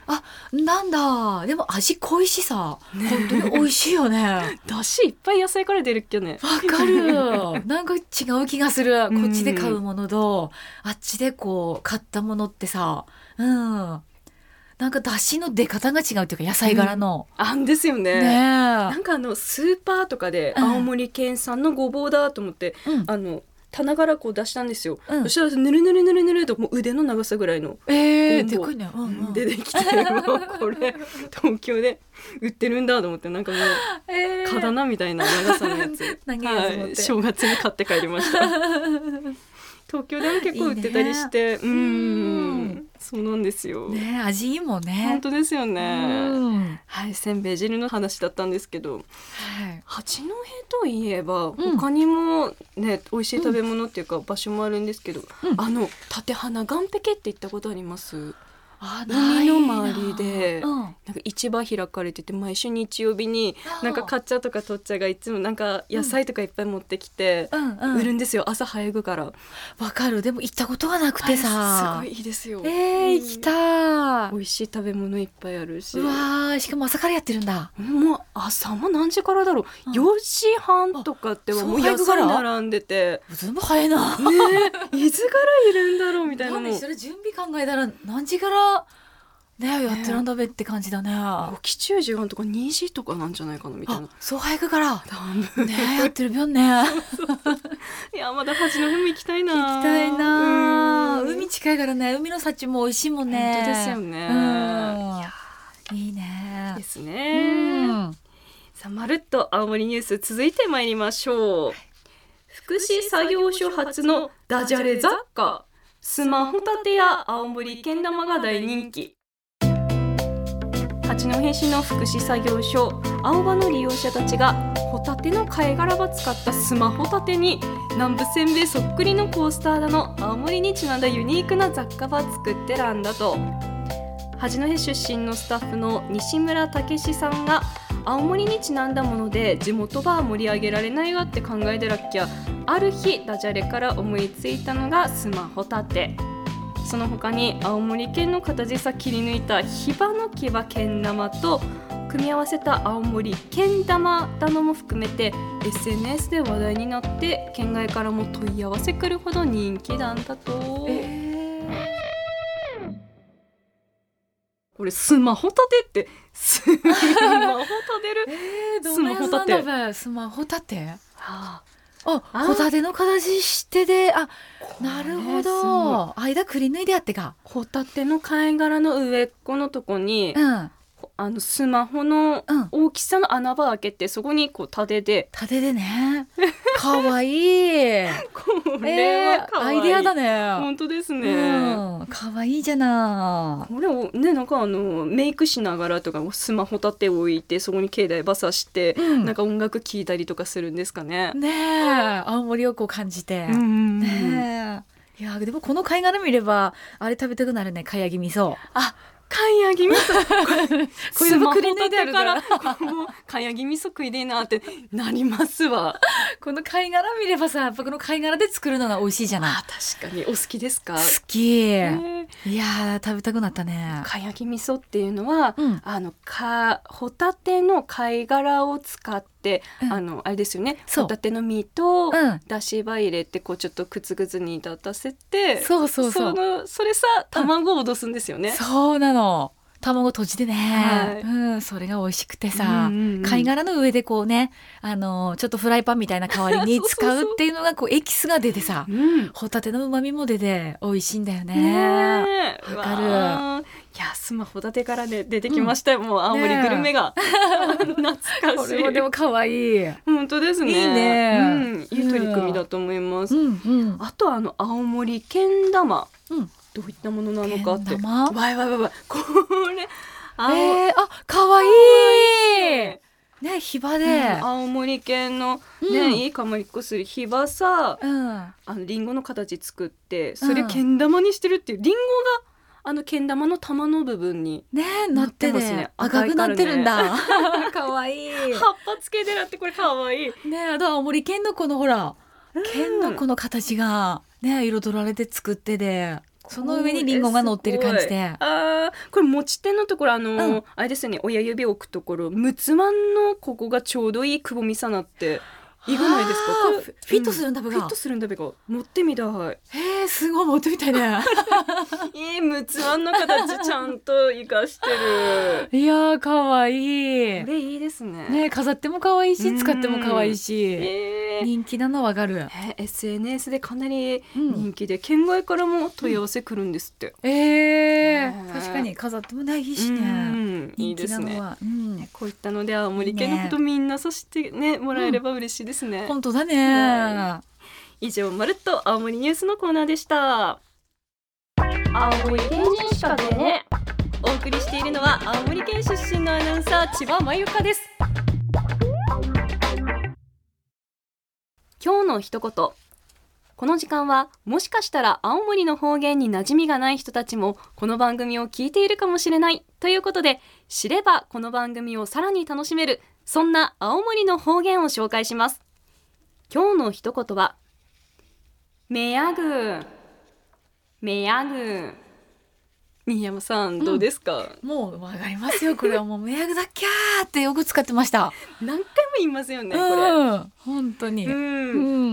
Speaker 2: ん、なんだでも味濃いしさ、本当に美味しいよね [LAUGHS] わ
Speaker 1: だしいっぱい野菜から出るっけね
Speaker 2: かるなんか違う気がする
Speaker 1: うん
Speaker 2: こっちで買うものと、あっちでこう買ったものってさうんなんか出汁の出方が違うっていうか野菜柄の、
Speaker 1: あんですよねな
Speaker 2: ね
Speaker 1: んかあのスーパーとかで
Speaker 2: うん
Speaker 1: 青森県産のごぼうだと思って、
Speaker 2: え、うん
Speaker 1: あの棚からこう出したんですよ、
Speaker 2: うん
Speaker 1: そしたらぬるぬるぬるぬるともう腕の長さぐらいの
Speaker 2: え
Speaker 1: 今
Speaker 2: ー、
Speaker 1: 度
Speaker 2: でかいね、うんうん、
Speaker 1: 出てきて、もうこれ東京で売ってるんだと思ってなんかもう
Speaker 2: えー
Speaker 1: 蚊だなみたいな長さのやつ
Speaker 2: [LAUGHS] 長いやつ持っ
Speaker 1: はい、
Speaker 2: て
Speaker 1: 正月に買って帰りました東京でも結構売ってたりしてうー
Speaker 2: うんん
Speaker 1: そうなんですよ、
Speaker 2: ね味いいもんね
Speaker 1: 本当ですよね、
Speaker 2: うんは
Speaker 1: はいせんべい汁の話だったんですけど
Speaker 2: い
Speaker 1: 八戸といえば
Speaker 2: ん
Speaker 1: 他にもね、美味しい食べ物っていうか場所もあるんですけど、
Speaker 2: うん
Speaker 1: あの立花岸壁って行ったことあります
Speaker 2: あ
Speaker 1: 海の周り
Speaker 2: ない
Speaker 1: で
Speaker 2: なうん
Speaker 1: なんか市場開かれてて毎週日曜日になんかかっちゃとかとっちゃがいつもなんか野菜とかいっぱい持ってきて
Speaker 2: うんうん
Speaker 1: 売るんですよ朝早くから。
Speaker 2: わかるでも行ったことがなくてさ
Speaker 1: あれすごいいいですよ。
Speaker 2: えー、行きたい、
Speaker 1: 美味しい食べ物いっぱいあるし。
Speaker 2: うわーしかも朝からやってるんだ
Speaker 1: もう朝も何時からだろう、
Speaker 2: うん
Speaker 1: 4時半とかってはもう
Speaker 2: あそう早
Speaker 1: 野
Speaker 2: くから
Speaker 1: 菜並んでて
Speaker 2: 全部早いな
Speaker 1: ねえいつからいるんだろうみたいな
Speaker 2: 多
Speaker 1: もう
Speaker 2: 分それ準備考えたら何時からねやってるんだべって感じだね、
Speaker 1: 起き10時半とか2時とかなんじゃないかなみたい
Speaker 2: あ
Speaker 1: な
Speaker 2: そう早く
Speaker 1: [LAUGHS]
Speaker 2: から
Speaker 1: 多
Speaker 2: [LAUGHS]
Speaker 1: 分
Speaker 2: ねやってるびょんね行き
Speaker 1: いやまだ端の方も行きたいな行
Speaker 2: たいな
Speaker 1: うん
Speaker 2: 海近いからね海の幸も美味しいもんね
Speaker 1: 本当ですよね
Speaker 2: うんいいね
Speaker 1: です
Speaker 2: う
Speaker 1: ね、
Speaker 2: ん
Speaker 1: さあまるっと青森ニュース続いてまいりましょう福祉作業所発のダジャレ雑貨スマホ立てや青森けん玉が大人気八戸市の福祉作業所青葉の利用者たちがホタテの貝殻ば使ったスマホ立てに南部せんべいそっくりのコースターだの青森にちなんだユニークな雑貨ば作ってらんだと八戸出身のスタッフの西村武史さんが青森にちなんだもので地元ば盛り上げられないわって考えてらっきゃある日ダジャレから思いついたのがスマホ立てその他に青森県の形さ切り抜いたヒバの木はけん玉と組み合わせた青森けん玉だのも含めて SNS で話題になって県外からも問い合わせくるほど人気なんだと、
Speaker 2: え
Speaker 1: これスマホ立てってスマホ立てる
Speaker 2: ー、えー、どんなやつなんだべスマホ立て
Speaker 1: はあ
Speaker 2: あ
Speaker 1: あー
Speaker 2: ホタテの形してであなるほど間くり抜いてやってか
Speaker 1: ホタテの貝殻の上っこのとこに、
Speaker 2: うん
Speaker 1: あのスマホの
Speaker 2: うん
Speaker 1: 大きさの穴場開けてそこにこう立てで
Speaker 2: 立てでね [LAUGHS] かわいい
Speaker 1: これは可愛
Speaker 2: えー
Speaker 1: い、
Speaker 2: アイデアだね。
Speaker 1: 本当ですね、
Speaker 2: うん、可愛いじゃない。
Speaker 1: これをねなんかあのメイクしながらとかスマホ立て置いてそこに携帯ばさして、
Speaker 2: うん
Speaker 1: なんか音楽聴いたりとかするんですかね。
Speaker 2: ねえ、青森をこう感じて。
Speaker 1: ん
Speaker 2: ねえ。いやでもこの貝殻見ればあれ食べたくなるね貝やぎ味噌。
Speaker 1: あ、かんやぎ味
Speaker 2: [LAUGHS]
Speaker 1: 噌。これ
Speaker 2: スマホ
Speaker 1: くり
Speaker 2: 立
Speaker 1: 抜い
Speaker 2: て
Speaker 1: てか
Speaker 2: からら、
Speaker 1: もうかんやぎ味噌食いでえなってなりますわ。
Speaker 2: この貝殻見ればさやっぱこの貝殻で作るのが美味しいじゃない。
Speaker 1: あ、確かにお好きですか
Speaker 2: 好。き。いや
Speaker 1: ね
Speaker 2: ー食べたくなったね。
Speaker 1: かんやぎ味噌っていうのは、
Speaker 2: うん
Speaker 1: あのかホタテの貝殻を使って、
Speaker 2: うん
Speaker 1: あのあれですよね。
Speaker 2: そう
Speaker 1: ホタテの身
Speaker 2: う
Speaker 1: と。
Speaker 2: ん。
Speaker 1: だしば入れてこうちょっとくつくつに立たせて
Speaker 2: そうそうそう。
Speaker 1: のそれさ卵を落とすんですよね、
Speaker 2: そうなの。卵閉じてね、
Speaker 1: はい
Speaker 2: うん、それが美味しくてさ、
Speaker 1: うんうんうん
Speaker 2: 貝殻の上でこうね、あのちょっとフライパンみたいな代わり [LAUGHS] に
Speaker 1: そう
Speaker 2: 使
Speaker 1: そうそう
Speaker 2: うっていうのがこうエキスが出てさ、
Speaker 1: うん、
Speaker 2: ホタテの旨味も出て美味しいんだよね。
Speaker 1: ねえ
Speaker 2: わかる
Speaker 1: わあいやスマホ立てからね出てきましたよ、もう青森グルメが、 [LAUGHS] 懐か
Speaker 2: こ
Speaker 1: し
Speaker 2: れも
Speaker 1: い
Speaker 2: でも可愛い。うん
Speaker 1: 本当ですね
Speaker 2: いいね
Speaker 1: うん、いい取り組みだと思います、
Speaker 2: うん。
Speaker 1: あとはあの青森けん玉、
Speaker 2: うん
Speaker 1: どういったものなのかって
Speaker 2: けん玉
Speaker 1: わいわいわいわいこれ青、
Speaker 2: えー、あ可愛いねひば
Speaker 1: うん
Speaker 2: で、
Speaker 1: 青森県の
Speaker 2: うん
Speaker 1: ね、いいかまりっこするひばさ
Speaker 2: うん、
Speaker 1: あのリンゴの形作ってそれ
Speaker 2: うん
Speaker 1: けん玉にしてるっていうリンゴがあのけん玉の玉の部分に
Speaker 2: ねなって
Speaker 1: なってますね
Speaker 2: ね赤くなってるんだ。 [LAUGHS] 可愛い
Speaker 1: 葉っぱつけてらってこれ可愛い
Speaker 2: ねあと青森県のこのほら剣のこの形がね彩られて作ってでその上にリンゴが乗ってる感じで
Speaker 1: あーこれ持ち手のところあのー、
Speaker 2: うん
Speaker 1: あれですよね親指置くところむつまんのここがちょうどいいくぼみさなっていいじゃないですか
Speaker 2: あー
Speaker 1: これ
Speaker 2: フフィットするんだ
Speaker 1: う
Speaker 2: べ
Speaker 1: フィ
Speaker 2: が
Speaker 1: ットするんだべが持ってみたい
Speaker 2: へえすごい持ってみたいね
Speaker 1: えー、むつまんの形ちゃんと生かしてる
Speaker 2: [LAUGHS] いやーかわいい
Speaker 1: これいいですね
Speaker 2: ね飾ってもかわいい
Speaker 1: うん
Speaker 2: し使ってもかわいいし
Speaker 1: えー
Speaker 2: 人気なのわかる
Speaker 1: ね SNS でかなり
Speaker 2: うん
Speaker 1: 人気で、県外からも問い合わせ来るんですって、
Speaker 2: え
Speaker 1: ねえ
Speaker 2: ー確かに飾ってもないいし
Speaker 1: う
Speaker 2: ね
Speaker 1: んいい
Speaker 2: 人
Speaker 1: で
Speaker 2: 気
Speaker 1: す
Speaker 2: なの
Speaker 1: ね
Speaker 2: はうん
Speaker 1: こういったので青森県のことみんなそしてねもらえれば嬉しいですね、
Speaker 2: 本当だね
Speaker 1: 以上まるっと青森ニュースのコーナーでした青森県人しか出ねお送りしているのは青森県出身のアナウンサー千葉真由香です今日の一言この時間はもしかしたら青森の方言に馴染みがない人たちもこの番組を聞いているかもしれないということで知ればこの番組をさらに楽しめるそんな青森の方言を紹介します今日の一言はめやぐめやぐ新山さんどうですか、
Speaker 2: もうわかりますよこれはもう「迷惑だっきゃー」ってよく使ってました、
Speaker 1: 何回も言いますよねこれ、
Speaker 2: うん本当に、
Speaker 1: うん、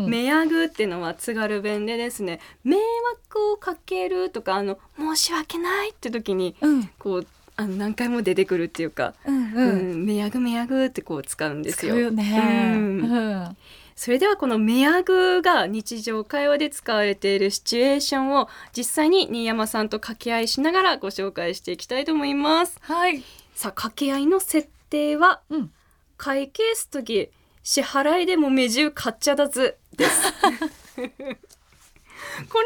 Speaker 2: うん
Speaker 1: めやぐっていうのは津軽弁でですね迷惑をかけるとかあの申し訳ないって時に
Speaker 2: うん
Speaker 1: こうあの何回も出てくるっていうか、
Speaker 2: うん
Speaker 1: う
Speaker 2: うんん
Speaker 1: めやぐめやぐってこう使うんですよ
Speaker 2: そうよね、
Speaker 1: うん
Speaker 2: うん
Speaker 1: それではこのめやぐが日常会話で使われているシチュエーションを実際に新山さんと掛け合いしながらご紹介していきたいと思います
Speaker 2: はい、
Speaker 1: さあ掛け合いの設定は
Speaker 2: うん、
Speaker 1: 会計すとき支払いでも目中買っちゃだずです
Speaker 2: [LAUGHS]
Speaker 1: これ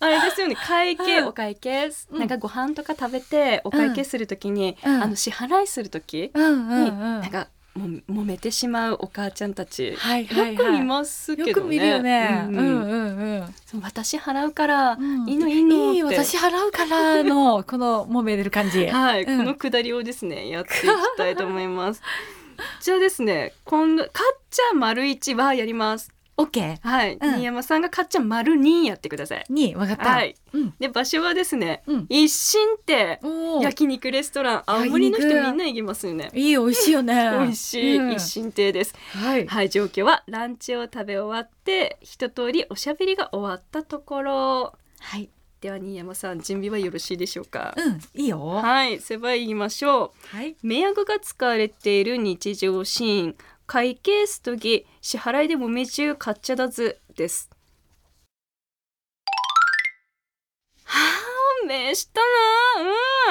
Speaker 1: あれですよね会計、
Speaker 2: うん
Speaker 1: お会計す、
Speaker 2: うん
Speaker 1: なんかご飯とか食べてお会計するときに、
Speaker 2: うん
Speaker 1: あの支払いするときに、
Speaker 2: うんうんうん
Speaker 1: なんかも揉めてしまうお母ちゃんたち、
Speaker 2: はいはい
Speaker 1: よく
Speaker 2: はい
Speaker 1: 見ますけどね
Speaker 2: よく見るよね。
Speaker 1: うん
Speaker 2: うんうんうん。
Speaker 1: その私払うから、
Speaker 2: うん
Speaker 1: いいのいいのって
Speaker 2: いい私払うからのこのもめでる感じ。
Speaker 1: はい、
Speaker 2: うん
Speaker 1: このくだりをですねやっていきたいと思います [LAUGHS] じゃあですね今度「かっちゃ丸一はやります
Speaker 2: オッケー。
Speaker 1: はい、
Speaker 2: うん
Speaker 1: 新山さんがかっちゃん丸2やってください。
Speaker 2: に分かった。
Speaker 1: はい。
Speaker 2: うん
Speaker 1: で場所はですね、
Speaker 2: うん。
Speaker 1: 一心亭
Speaker 2: おお。い
Speaker 1: 焼肉レストラン青
Speaker 2: 焼肉
Speaker 1: 森の人みんな行きますよね。
Speaker 2: い美味しいよね。
Speaker 1: 美味しい、
Speaker 2: うん
Speaker 1: 一心亭です。
Speaker 2: はい。
Speaker 1: はい状況はランチを食べ終わって一通りおしゃべりが終わったところ。
Speaker 2: はい。
Speaker 1: では新山さん準備はよろしいでしょうか。
Speaker 2: うんいいよ。は
Speaker 1: はい、それでは言いましょう。
Speaker 2: い。
Speaker 1: 名役が使われている日常シーン会計すとき支払いでもめ中買っちゃだずですはあめした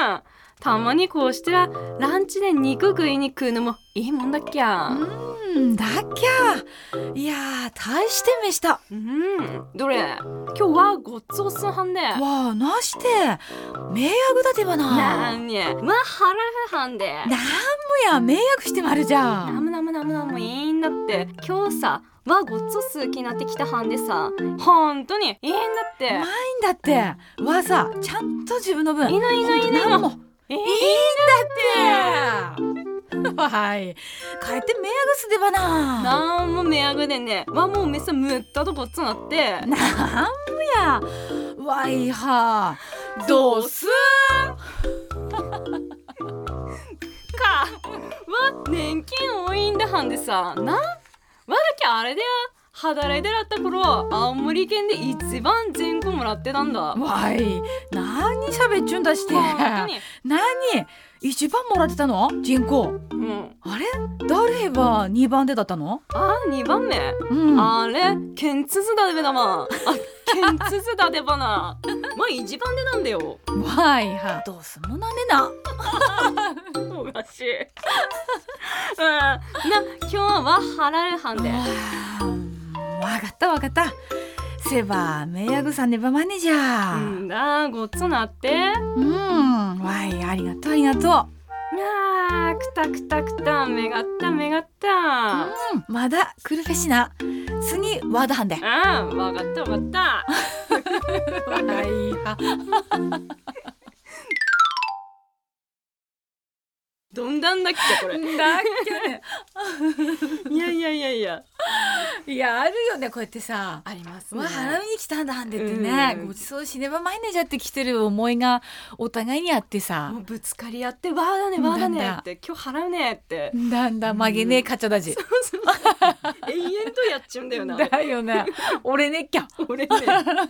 Speaker 1: なうんたまにこうしてらランチで肉食いに食うのもいいもんだっきゃ
Speaker 2: うんだっきゃ。いやー大してめした。
Speaker 1: うんどれ今日はごっつおっすんはんで
Speaker 2: わあなして迷惑だてば
Speaker 1: な
Speaker 2: な。
Speaker 1: んにわはらはんで
Speaker 2: なんもや迷惑してまるじゃ。
Speaker 1: なんむなむなむなむいいんだって今日さわごっつ好きになってきたはんでさほんとにいいんだって
Speaker 2: まあいいんだって。わあさちゃんと自分の分。
Speaker 1: いいのいいのいいの
Speaker 2: なんも。
Speaker 1: え
Speaker 2: い
Speaker 1: ー
Speaker 2: いんだって [LAUGHS] はい帰って迷惑すればなな
Speaker 1: なんも目あぐでねわもうめさむったとこっつなって
Speaker 2: んもやわいはどうす
Speaker 1: かわ年金多いんだはんでさなわだけあれだよ働いてらった頃は青森県で一番全国もらってたんだ
Speaker 2: わい何しゃべっちゅんだして
Speaker 1: 本
Speaker 2: 何一番もらってたの人口
Speaker 1: 当にうん
Speaker 2: あれ誰が二番手だったの
Speaker 1: あ二番目
Speaker 2: うん
Speaker 1: あれ、ケンツズだべだま。あ、ケンツズだでばな。まあ、一番でなんだよ。
Speaker 2: わいはどうすもなんでな
Speaker 1: おかしい。うん、な、今日は払るはんで。
Speaker 2: わかったわかったせば迷惑さんねばまねじゃ
Speaker 1: うんだ、ごっつなって。
Speaker 2: うん、わい、ありがとう、ありがと
Speaker 1: あー、くたくたくた、めがった、めがった。
Speaker 2: う。うん、まだ来るべしな。次、ワードハンで。
Speaker 1: うん、わかった、わかった。
Speaker 2: はい、
Speaker 1: どんだんだっけ、これ。
Speaker 2: だ [LAUGHS] っ
Speaker 1: いやいやいやいや。
Speaker 2: け。いや、あるよね、こうやってさ。
Speaker 1: あります
Speaker 2: わ、
Speaker 1: ね
Speaker 2: 払いに来たんだハンでってね、
Speaker 1: うん
Speaker 2: ごちそうしねばまいねじゃって来てる思いが。お互いにあってさ
Speaker 1: も。うぶつかり合って、わーだね、わーだね
Speaker 2: なんだ
Speaker 1: って、今日払うねって。
Speaker 2: だんだん曲げねえ、かっちゃだじ。
Speaker 1: 永遠とやっちゃうんだ [LAUGHS] よな。
Speaker 2: だよね。俺ねっきゃ。
Speaker 1: 俺ね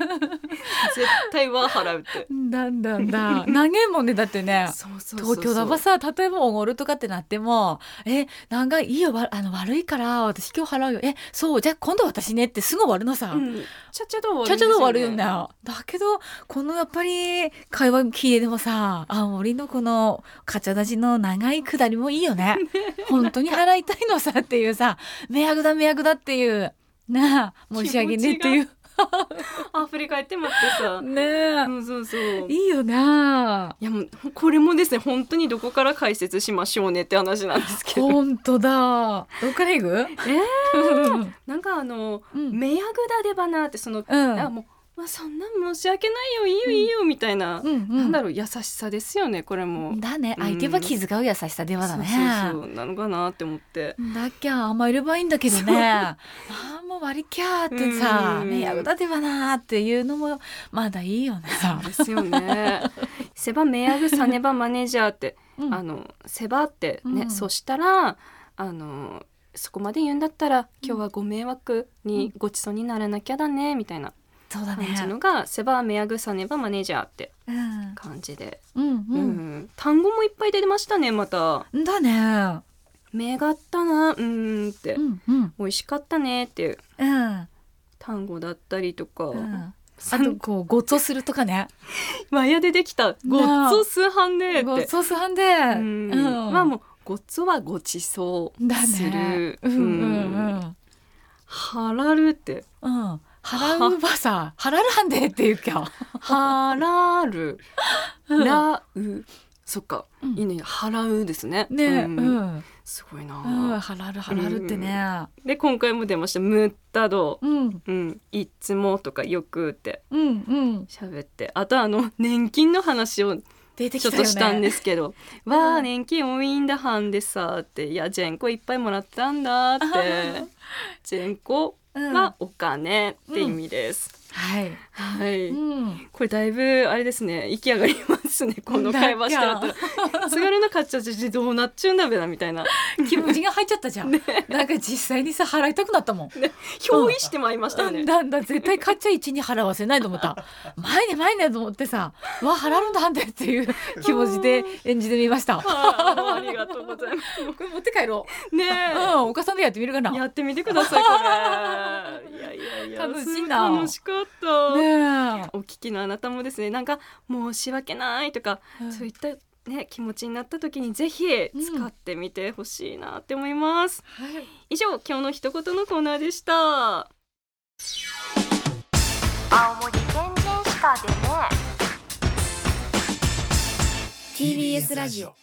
Speaker 1: 絶対は払うって
Speaker 2: だんだん
Speaker 1: [LAUGHS]
Speaker 2: だ。投げんもんね、だってね。
Speaker 1: そうそ
Speaker 2: 東京だばさ例えばおごるとかってなっても「えなんかいいよわあの悪いから私今日払うよえそうじゃあ今度私ね」ってすぐ終わるのさ、
Speaker 1: うんちゃちゃと終わるんですよね
Speaker 2: ちゃちゃと終わるよねだけどこのやっぱり会話聞いてでもさ青森のこのカチャダジの長いくだりもいいよ
Speaker 1: [LAUGHS]
Speaker 2: ね本当に払いたいのさっていうさ迷惑だ迷惑だっていうなあ申し訳ねっていう
Speaker 1: あ振り返って待って
Speaker 2: [LAUGHS]
Speaker 1: さ、
Speaker 2: ねえ
Speaker 1: うん、そうそう
Speaker 2: いいよない
Speaker 1: やもうこれもですね本当にどこから解説しましょうねって話なんですけど
Speaker 2: 本当だどっから行
Speaker 1: [LAUGHS]
Speaker 2: く
Speaker 1: なんかあの「
Speaker 2: うん
Speaker 1: 目やぐだでばな」ってその、
Speaker 2: うん
Speaker 1: あもう、まあ、そんな申し訳ないよいいよいいよみたいな、
Speaker 2: うんう
Speaker 1: なん
Speaker 2: ん
Speaker 1: だろう優しさですよねこれも。
Speaker 2: だね
Speaker 1: うん
Speaker 2: 相手は気遣う優しさではだね
Speaker 1: そうそうそうなのかなって思って。
Speaker 2: だっきゃ甘えればいいんだけどねあーもう割りきゃーってさ
Speaker 1: うん
Speaker 2: 迷惑だではなーっていうのもまだいいよね
Speaker 1: ですよね。セバメヤグサネバマネージャーって、
Speaker 2: うん
Speaker 1: あのセバってね、
Speaker 2: うん
Speaker 1: そしたらあのそこまで言うんだったら今日はご迷惑にごちそうにならなきゃだねみたいな
Speaker 2: そうだね
Speaker 1: 感じのが、セバメヤグサネバマネージャーって
Speaker 2: うん
Speaker 1: 感じで、
Speaker 2: うん
Speaker 1: う
Speaker 2: うん
Speaker 1: ん単語もいっぱい出てましたねまた。
Speaker 2: だね
Speaker 1: 目がったなうーんって、
Speaker 2: うんうん
Speaker 1: 美味しかったねっていう
Speaker 2: うん
Speaker 1: 単語だったりとか、
Speaker 2: うんあとこうごちそうするとかね
Speaker 1: マヤでできたごっつすはんねーっ
Speaker 2: ご
Speaker 1: て
Speaker 2: ち。そうすはんで
Speaker 1: うん
Speaker 2: うん
Speaker 1: まあもうごっつはごちそう
Speaker 2: だ
Speaker 1: す
Speaker 2: ね
Speaker 1: る。
Speaker 2: うんうんう
Speaker 1: うん
Speaker 2: ん
Speaker 1: はらるって
Speaker 2: うん。払うばさ、払らんでって言うきゃ。
Speaker 1: はらる
Speaker 2: うん
Speaker 1: らうそっか
Speaker 2: うん
Speaker 1: いいね払うですね。
Speaker 2: ねえ、う
Speaker 1: うん
Speaker 2: ん、うん、
Speaker 1: すごい
Speaker 2: 払
Speaker 1: な。
Speaker 2: る払るってね。
Speaker 1: で今回も出ました「むったど
Speaker 2: うん、」
Speaker 1: うん「いつも」とか「よく」って
Speaker 2: うん、うん、
Speaker 1: 喋ってあとあの年金の話を
Speaker 2: 出てきた
Speaker 1: ちょっ
Speaker 2: よね。。
Speaker 1: としたんですすけど「
Speaker 2: ん
Speaker 1: わあ年金多いんだはんでさ」って「いやジェンコいっぱいもらったんだ」って
Speaker 2: [LAUGHS]
Speaker 1: 「ジェンコ
Speaker 2: うん、
Speaker 1: はお金って意味です。
Speaker 2: はい。
Speaker 1: はい、
Speaker 2: うん。
Speaker 1: これだいぶあれですね、行き上がりますね。この会話してると、津軽の買っちゃうちどうなっちゅうんだべなみ
Speaker 2: [LAUGHS]
Speaker 1: たいな、
Speaker 2: 気持ちが入っちゃったじ
Speaker 1: [LAUGHS]
Speaker 2: ゃん。なんか実際にさ、払いたくなったもん。
Speaker 1: 憑依してまいりましたよね。
Speaker 2: だんだん絶対買っちゃ一に払わせないと思
Speaker 1: [LAUGHS]
Speaker 2: った。前ね前ねと思ってさ、わ払うんだんでっていう気持ちで演じてみました。
Speaker 1: あーありがとうござ
Speaker 2: [LAUGHS]
Speaker 1: います。
Speaker 2: これ持って帰ろ
Speaker 1: ね
Speaker 2: う。うん、お母さんでやってみるかな。
Speaker 1: え、
Speaker 2: ね
Speaker 1: やってみてくださいこ
Speaker 2: [LAUGHS]
Speaker 1: れ。いやいやいや、
Speaker 2: 楽しいな
Speaker 1: すご楽しかった。
Speaker 2: え。
Speaker 1: お聞きのあなたもですね、なんか申し訳ないとか、
Speaker 2: うん
Speaker 1: そういったね気持ちになった時にぜひ使ってみてほしいなって思います。
Speaker 2: はい。
Speaker 1: 以上今日の一言のコーナーでし
Speaker 3: 青
Speaker 1: た
Speaker 3: 森県人しか出ねえ
Speaker 4: TBS ラジオ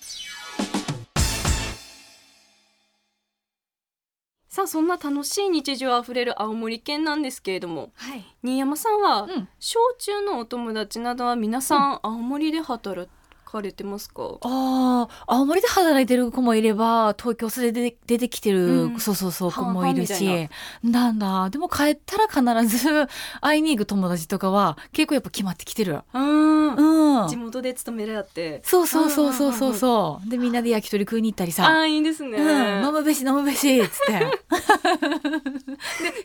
Speaker 1: さあそんな楽しい日常あふれる青森県なんですけれども
Speaker 2: はい。
Speaker 1: 新山さんは、
Speaker 2: うん
Speaker 1: 小中のお友達などは皆さん、青森で働かれてますか
Speaker 2: ああ、青森で働いてる子もいれば、東京で出て出てきてる、
Speaker 1: うん
Speaker 2: そうそうそう、子もいる
Speaker 1: 半々み
Speaker 2: し、なんだ、でも帰ったら必ず [LAUGHS] 会いに行く友達とかは、結構やっぱ決まってきてる。
Speaker 1: うん
Speaker 2: うん。
Speaker 1: 地元で勤められて
Speaker 2: そうそうそうそうそうそう。で、みんなで焼き鳥食いに行ったり
Speaker 1: あ
Speaker 2: さ、
Speaker 1: ーいいですね、
Speaker 2: うん、飲むべし飲むべし、つ
Speaker 1: [LAUGHS]
Speaker 2: って。で、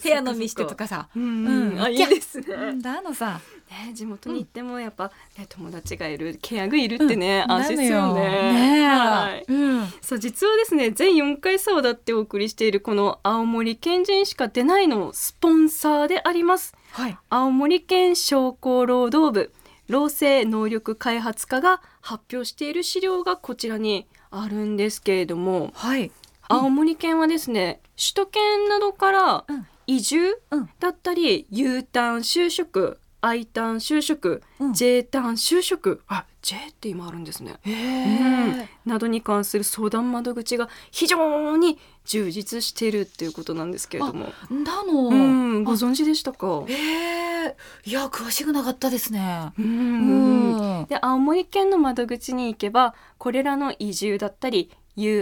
Speaker 2: 部屋飲みしてとかさ。
Speaker 1: うん
Speaker 2: うん
Speaker 1: あいいですね,、
Speaker 2: うんだのさ、
Speaker 1: ね地元に行ってもやっぱ、ね、友達がいるケアグいるってね、
Speaker 2: うん
Speaker 1: 安心です
Speaker 2: な
Speaker 1: よね
Speaker 2: のよねえ
Speaker 1: はい
Speaker 2: うん。
Speaker 1: さあ実はですね全4回そうだってお送りしているこの青森県人しか出ないのスポンサーであります
Speaker 2: はい。
Speaker 1: 青森県商工労働部労政能力開発課が発表している資料がこちらにあるんですけれども
Speaker 2: はい。
Speaker 1: 青森県はですね首都圏などから
Speaker 2: うん
Speaker 1: 移住
Speaker 2: うん
Speaker 1: だったり U ターン就職 I ターン就職
Speaker 2: うん
Speaker 1: J ターン就職あ J って今あるんですね
Speaker 2: へ
Speaker 1: うん。などに関する相談窓口が非常に充実しているっていうことなんですけれども、
Speaker 2: だの、
Speaker 1: うん、ご存知でしたか、
Speaker 2: ええいや、詳しくなかったですね。
Speaker 1: う、
Speaker 2: うん
Speaker 1: で青森県の窓口に行けばこれらの移住だったり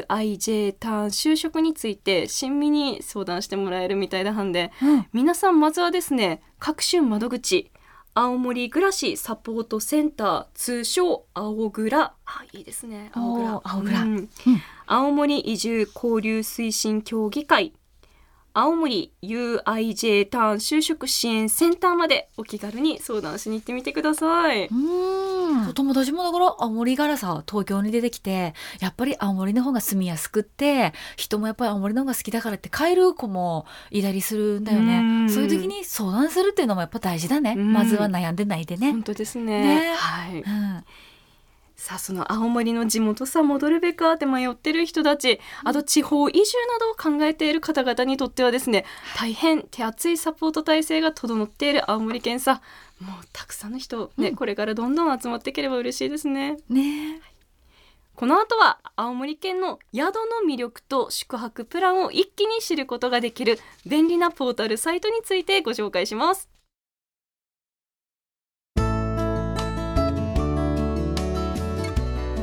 Speaker 1: UIJ ターン就職について親身に相談してもらえるみたいな班で
Speaker 2: うん
Speaker 1: 皆さんまずはですね各種窓口青森暮らしサポートセンター通称青グラあいいですね青グラ
Speaker 2: おー青グラ
Speaker 1: うん青森移住交流推進協議会青森 UIJ ターン就職支援センターまでお気軽に相談しに行ってみてください。
Speaker 2: うんお友達もだから青森からさ東京に出てきてやっぱり青森の方が住みやすくって人もやっぱり青森の方が好きだからって帰る子もいたりするんだよ
Speaker 1: うん
Speaker 2: ねそういう時に相談するっていうのもやっぱ大事だね
Speaker 1: うん
Speaker 2: まずは悩んでないでね
Speaker 1: 本当ですね
Speaker 2: ね
Speaker 1: は
Speaker 2: う
Speaker 1: い。
Speaker 2: ん
Speaker 1: さあその青森の地元さ戻るべかって迷ってる人たちあと地方移住などを考えている方々にとってはですね大変手厚いサポート体制が整っている青森県さもうたくさんの人、ねこれからどんどん集まっていければ嬉しいですね。
Speaker 2: ね
Speaker 1: この後は青森県の宿の魅力と宿泊プランを一気に知ることができる便利なポータルサイトについてご紹介します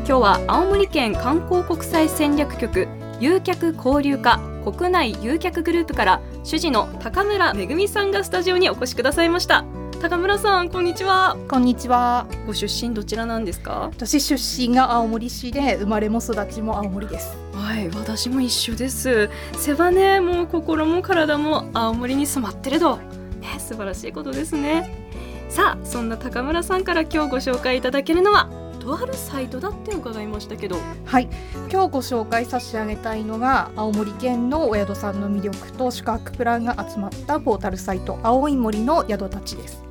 Speaker 1: 今日は青森県観光国際戦略局誘客交流課国内誘客グループから主事の高村めぐみさんがスタジオにお越しくださいました高村さんこんにちは
Speaker 5: こんにちは。
Speaker 1: ご出身どちらなんですか
Speaker 5: 私出身が青森市で生まれも育ちも青森です。
Speaker 1: はい、私も一緒です。背骨も心も体も青森に染まってると、ね、素晴らしいことですね。さあ、そんな高村さんから今日ご紹介いただけるのは、とあるサイトだって伺いましたけど、
Speaker 5: はい。今日ご紹介差し上げたいのが青森県のお宿さんの魅力と宿泊プランが集まったポータルサイト青い森の宿たちです。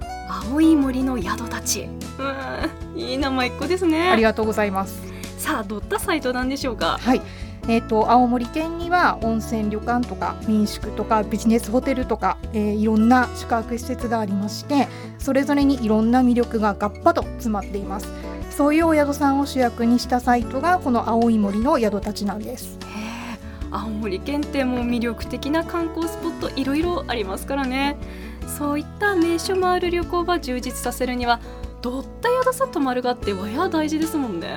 Speaker 1: 青い森の宿たち。うーん、いい名前っ子です
Speaker 5: あり
Speaker 1: ね。
Speaker 5: がとうございます。
Speaker 1: さあ、どったサイトなんでしょうか。
Speaker 5: はい。えー、と青森県には温泉旅館とか民宿とかビジネスホテルとか、えーいろんな宿泊施設がありましてそれぞれにいろんな魅力がガッパと詰まっていますそういうお宿さんを主役にしたサイトがこの青い森の宿たちなんです
Speaker 1: へえ青森県ってもう魅力的な観光スポットいろいろありますからねそういった名所回る旅行は充実させるにはどった宿さ泊まるがってわや大事ですもんね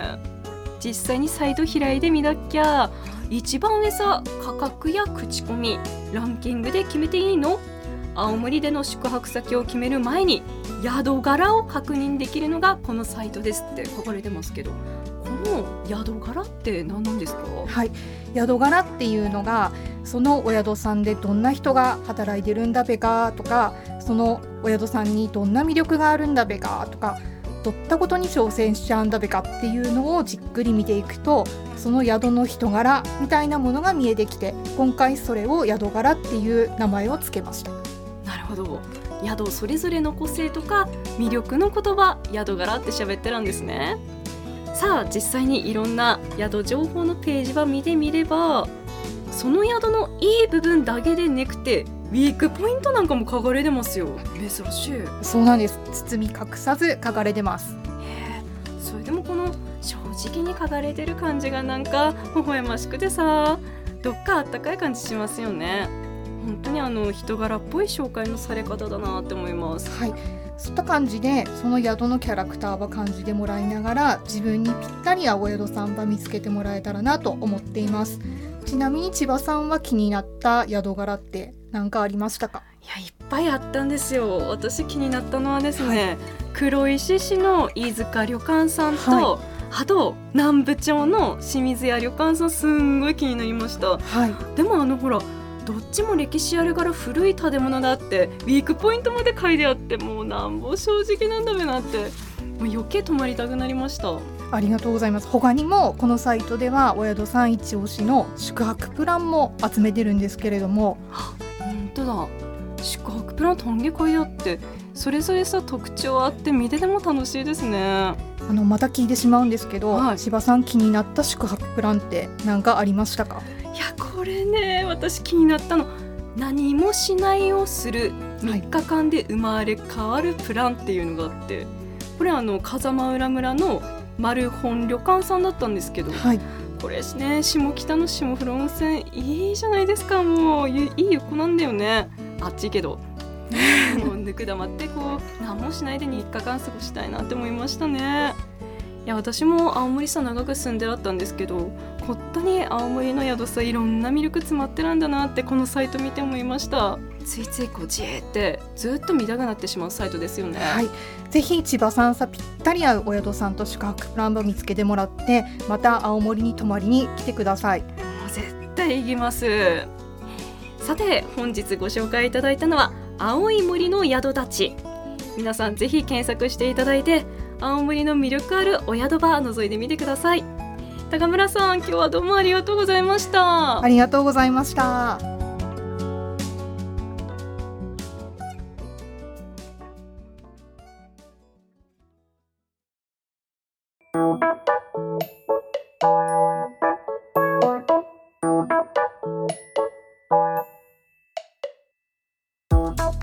Speaker 1: 実際にサイト開いてみなきゃ一番上さ価格や口コミランキングで決めていいの青森での宿泊先を決める前に宿柄を確認できるのがこのサイトですって書かれてますけどこの宿柄って何なんですか
Speaker 5: はい宿柄っていうのがそのお宿さんでどんな人が働いてるんだべかとかそのお宿さんにどんな魅力があるんだべかとかどったことに挑戦しちゃうんだべかっていうのをじっくり見ていくとその宿の人柄みたいなものが見えてきて今回それを宿柄っていう名前をつけました
Speaker 1: なるほど宿それぞれの個性とか魅力の言葉宿柄って喋ってるんですねさあ実際にいろんな宿情報のページは見てみればその宿のいい部分だけでなくてウィークポイントなんかも書かれてますよ珍しい
Speaker 5: そうなんです包み隠さず書かれてます
Speaker 1: それでもこの正直に書かれてる感じがなんか微笑ましくてさどっかあったかい感じしますよね本当にあの人柄っぽい紹介のされ方だなって思います
Speaker 5: はい、そういった感じでその宿のキャラクターは感じてもらいながら自分にぴったり合うお宿さんは見つけてもらえたらなと思っていますちなみに千葉さんは気になった宿柄って何かありましたか
Speaker 1: いやいっぱいあったんですよ私気になったのはですね、黒石市の飯塚旅館さんと、
Speaker 5: は
Speaker 1: あと南部町の清水屋旅館さんすんごい気になりました
Speaker 5: はい
Speaker 1: でもあのほらどっちも歴史あるから古い建物だってウィークポイントまで書いてあってもうなんぼ正直なんだべなってもう余計泊まりたくなりました
Speaker 5: ありがとうございます他にもこのサイトではお宿さん一押しの宿泊プランも集めてるんですけれども
Speaker 1: 本当だ宿泊プラン単下会あってそれぞれさ特徴あって見てても楽しいですね
Speaker 5: あのまた聞いてしまうんですけど、
Speaker 1: はい
Speaker 5: 千葉さん気になった宿泊プランって何かありましたか
Speaker 1: いやこれね私気になったの何もしないをする3日間で生まれ変わるプランっていうのがあってこれあの風間浦村の丸本旅館さんだったんですけど
Speaker 5: はい
Speaker 1: これね下北の下風呂温泉いいじゃないですかもういいい横なんだよねあっちいけどもうぬくだまってこう何もしないで3日間過ごしたいなって思いましたねいや私も青森さ長く住んでだったんですけど本当に青森の宿さいろんな魅力詰まってるんだなってこのサイト見て思いましたついついこうじーってずっと見たくなってしまうサイトですよね
Speaker 5: はい、ぜひ千葉さんさぴったり合うお宿さんと宿泊プランを見つけてもらってまた青森に泊まりに来てください
Speaker 1: もう絶対行きますさて本日ご紹介いただいたのは青い森の宿たち皆さんぜひ検索していただいて青森の魅力あるお宿場覗いてみてください高村さん今日はどうもありがとうございました
Speaker 5: ありがとうございました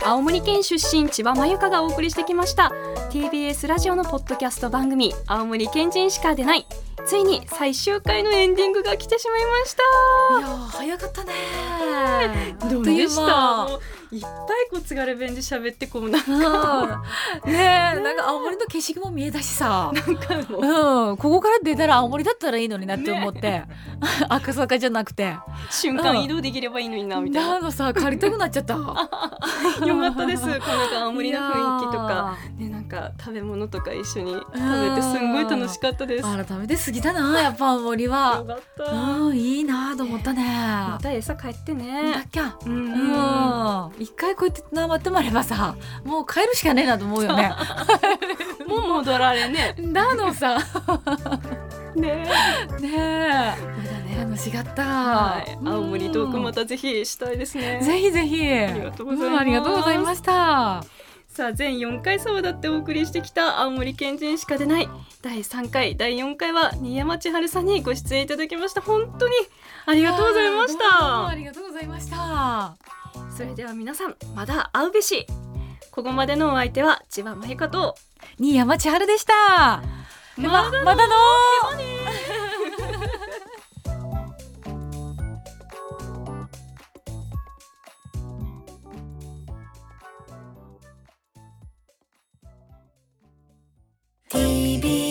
Speaker 1: 青森県出身千葉真由香がお送りしてきました TBS ラジオのポッドキャスト番組青森県人しか出ないついに最終回のエンディングが来てしまいました
Speaker 2: いやー早かったね
Speaker 1: どう
Speaker 2: とい
Speaker 1: で
Speaker 2: う
Speaker 1: し
Speaker 2: 間
Speaker 1: たもういっぱいこう津軽弁で喋ってこうなんか
Speaker 2: うんねえなんか青森の景色も見えたしさ
Speaker 1: なんかもう
Speaker 2: うん、ここから出たら青森だったらいいのになって思って、 [LAUGHS] 赤坂じゃなくて
Speaker 1: 瞬間移動できればいいのになみたいな
Speaker 2: なのさ借りたくなっちゃった
Speaker 1: [LAUGHS]
Speaker 2: 青
Speaker 1: よかったですこのなんか青森の雰囲気とかねなんか食べ物とか一緒に食べてすんごい楽しかったですよ
Speaker 2: 改めて過ぎたなやっぱ青森は
Speaker 1: かった
Speaker 2: うんいいなと思ったね、
Speaker 1: また餌帰って
Speaker 2: だ
Speaker 1: ね
Speaker 2: っきゃ
Speaker 1: うんう
Speaker 2: う
Speaker 1: んうん
Speaker 2: ん一回こうやってなまってもらえばさもう帰るしかねえなと思うよ
Speaker 1: [LAUGHS]
Speaker 2: ね
Speaker 1: もう戻られね
Speaker 2: なの [LAUGHS] さ
Speaker 1: [LAUGHS] ね
Speaker 2: ね
Speaker 1: まだ
Speaker 2: え
Speaker 1: ね
Speaker 2: 楽しかった、
Speaker 1: はい
Speaker 2: うん
Speaker 1: 青森トークまたぜひしたいですね
Speaker 2: ぜひぜひあ
Speaker 1: りがとうございます
Speaker 2: ありがとうございました
Speaker 1: さあ全4回そうだってお送りしてきた青森県人しか出ない第3回第4回は新山千春さんにご出演いただきました本当にあり
Speaker 2: あ
Speaker 1: がとうございまし
Speaker 2: どうもあ
Speaker 1: た
Speaker 2: りがとうございました
Speaker 1: それでは皆さんまだ会うべしここまでのお相手は千葉真由香と
Speaker 2: 新山千春でしたままだのー
Speaker 4: ー TBS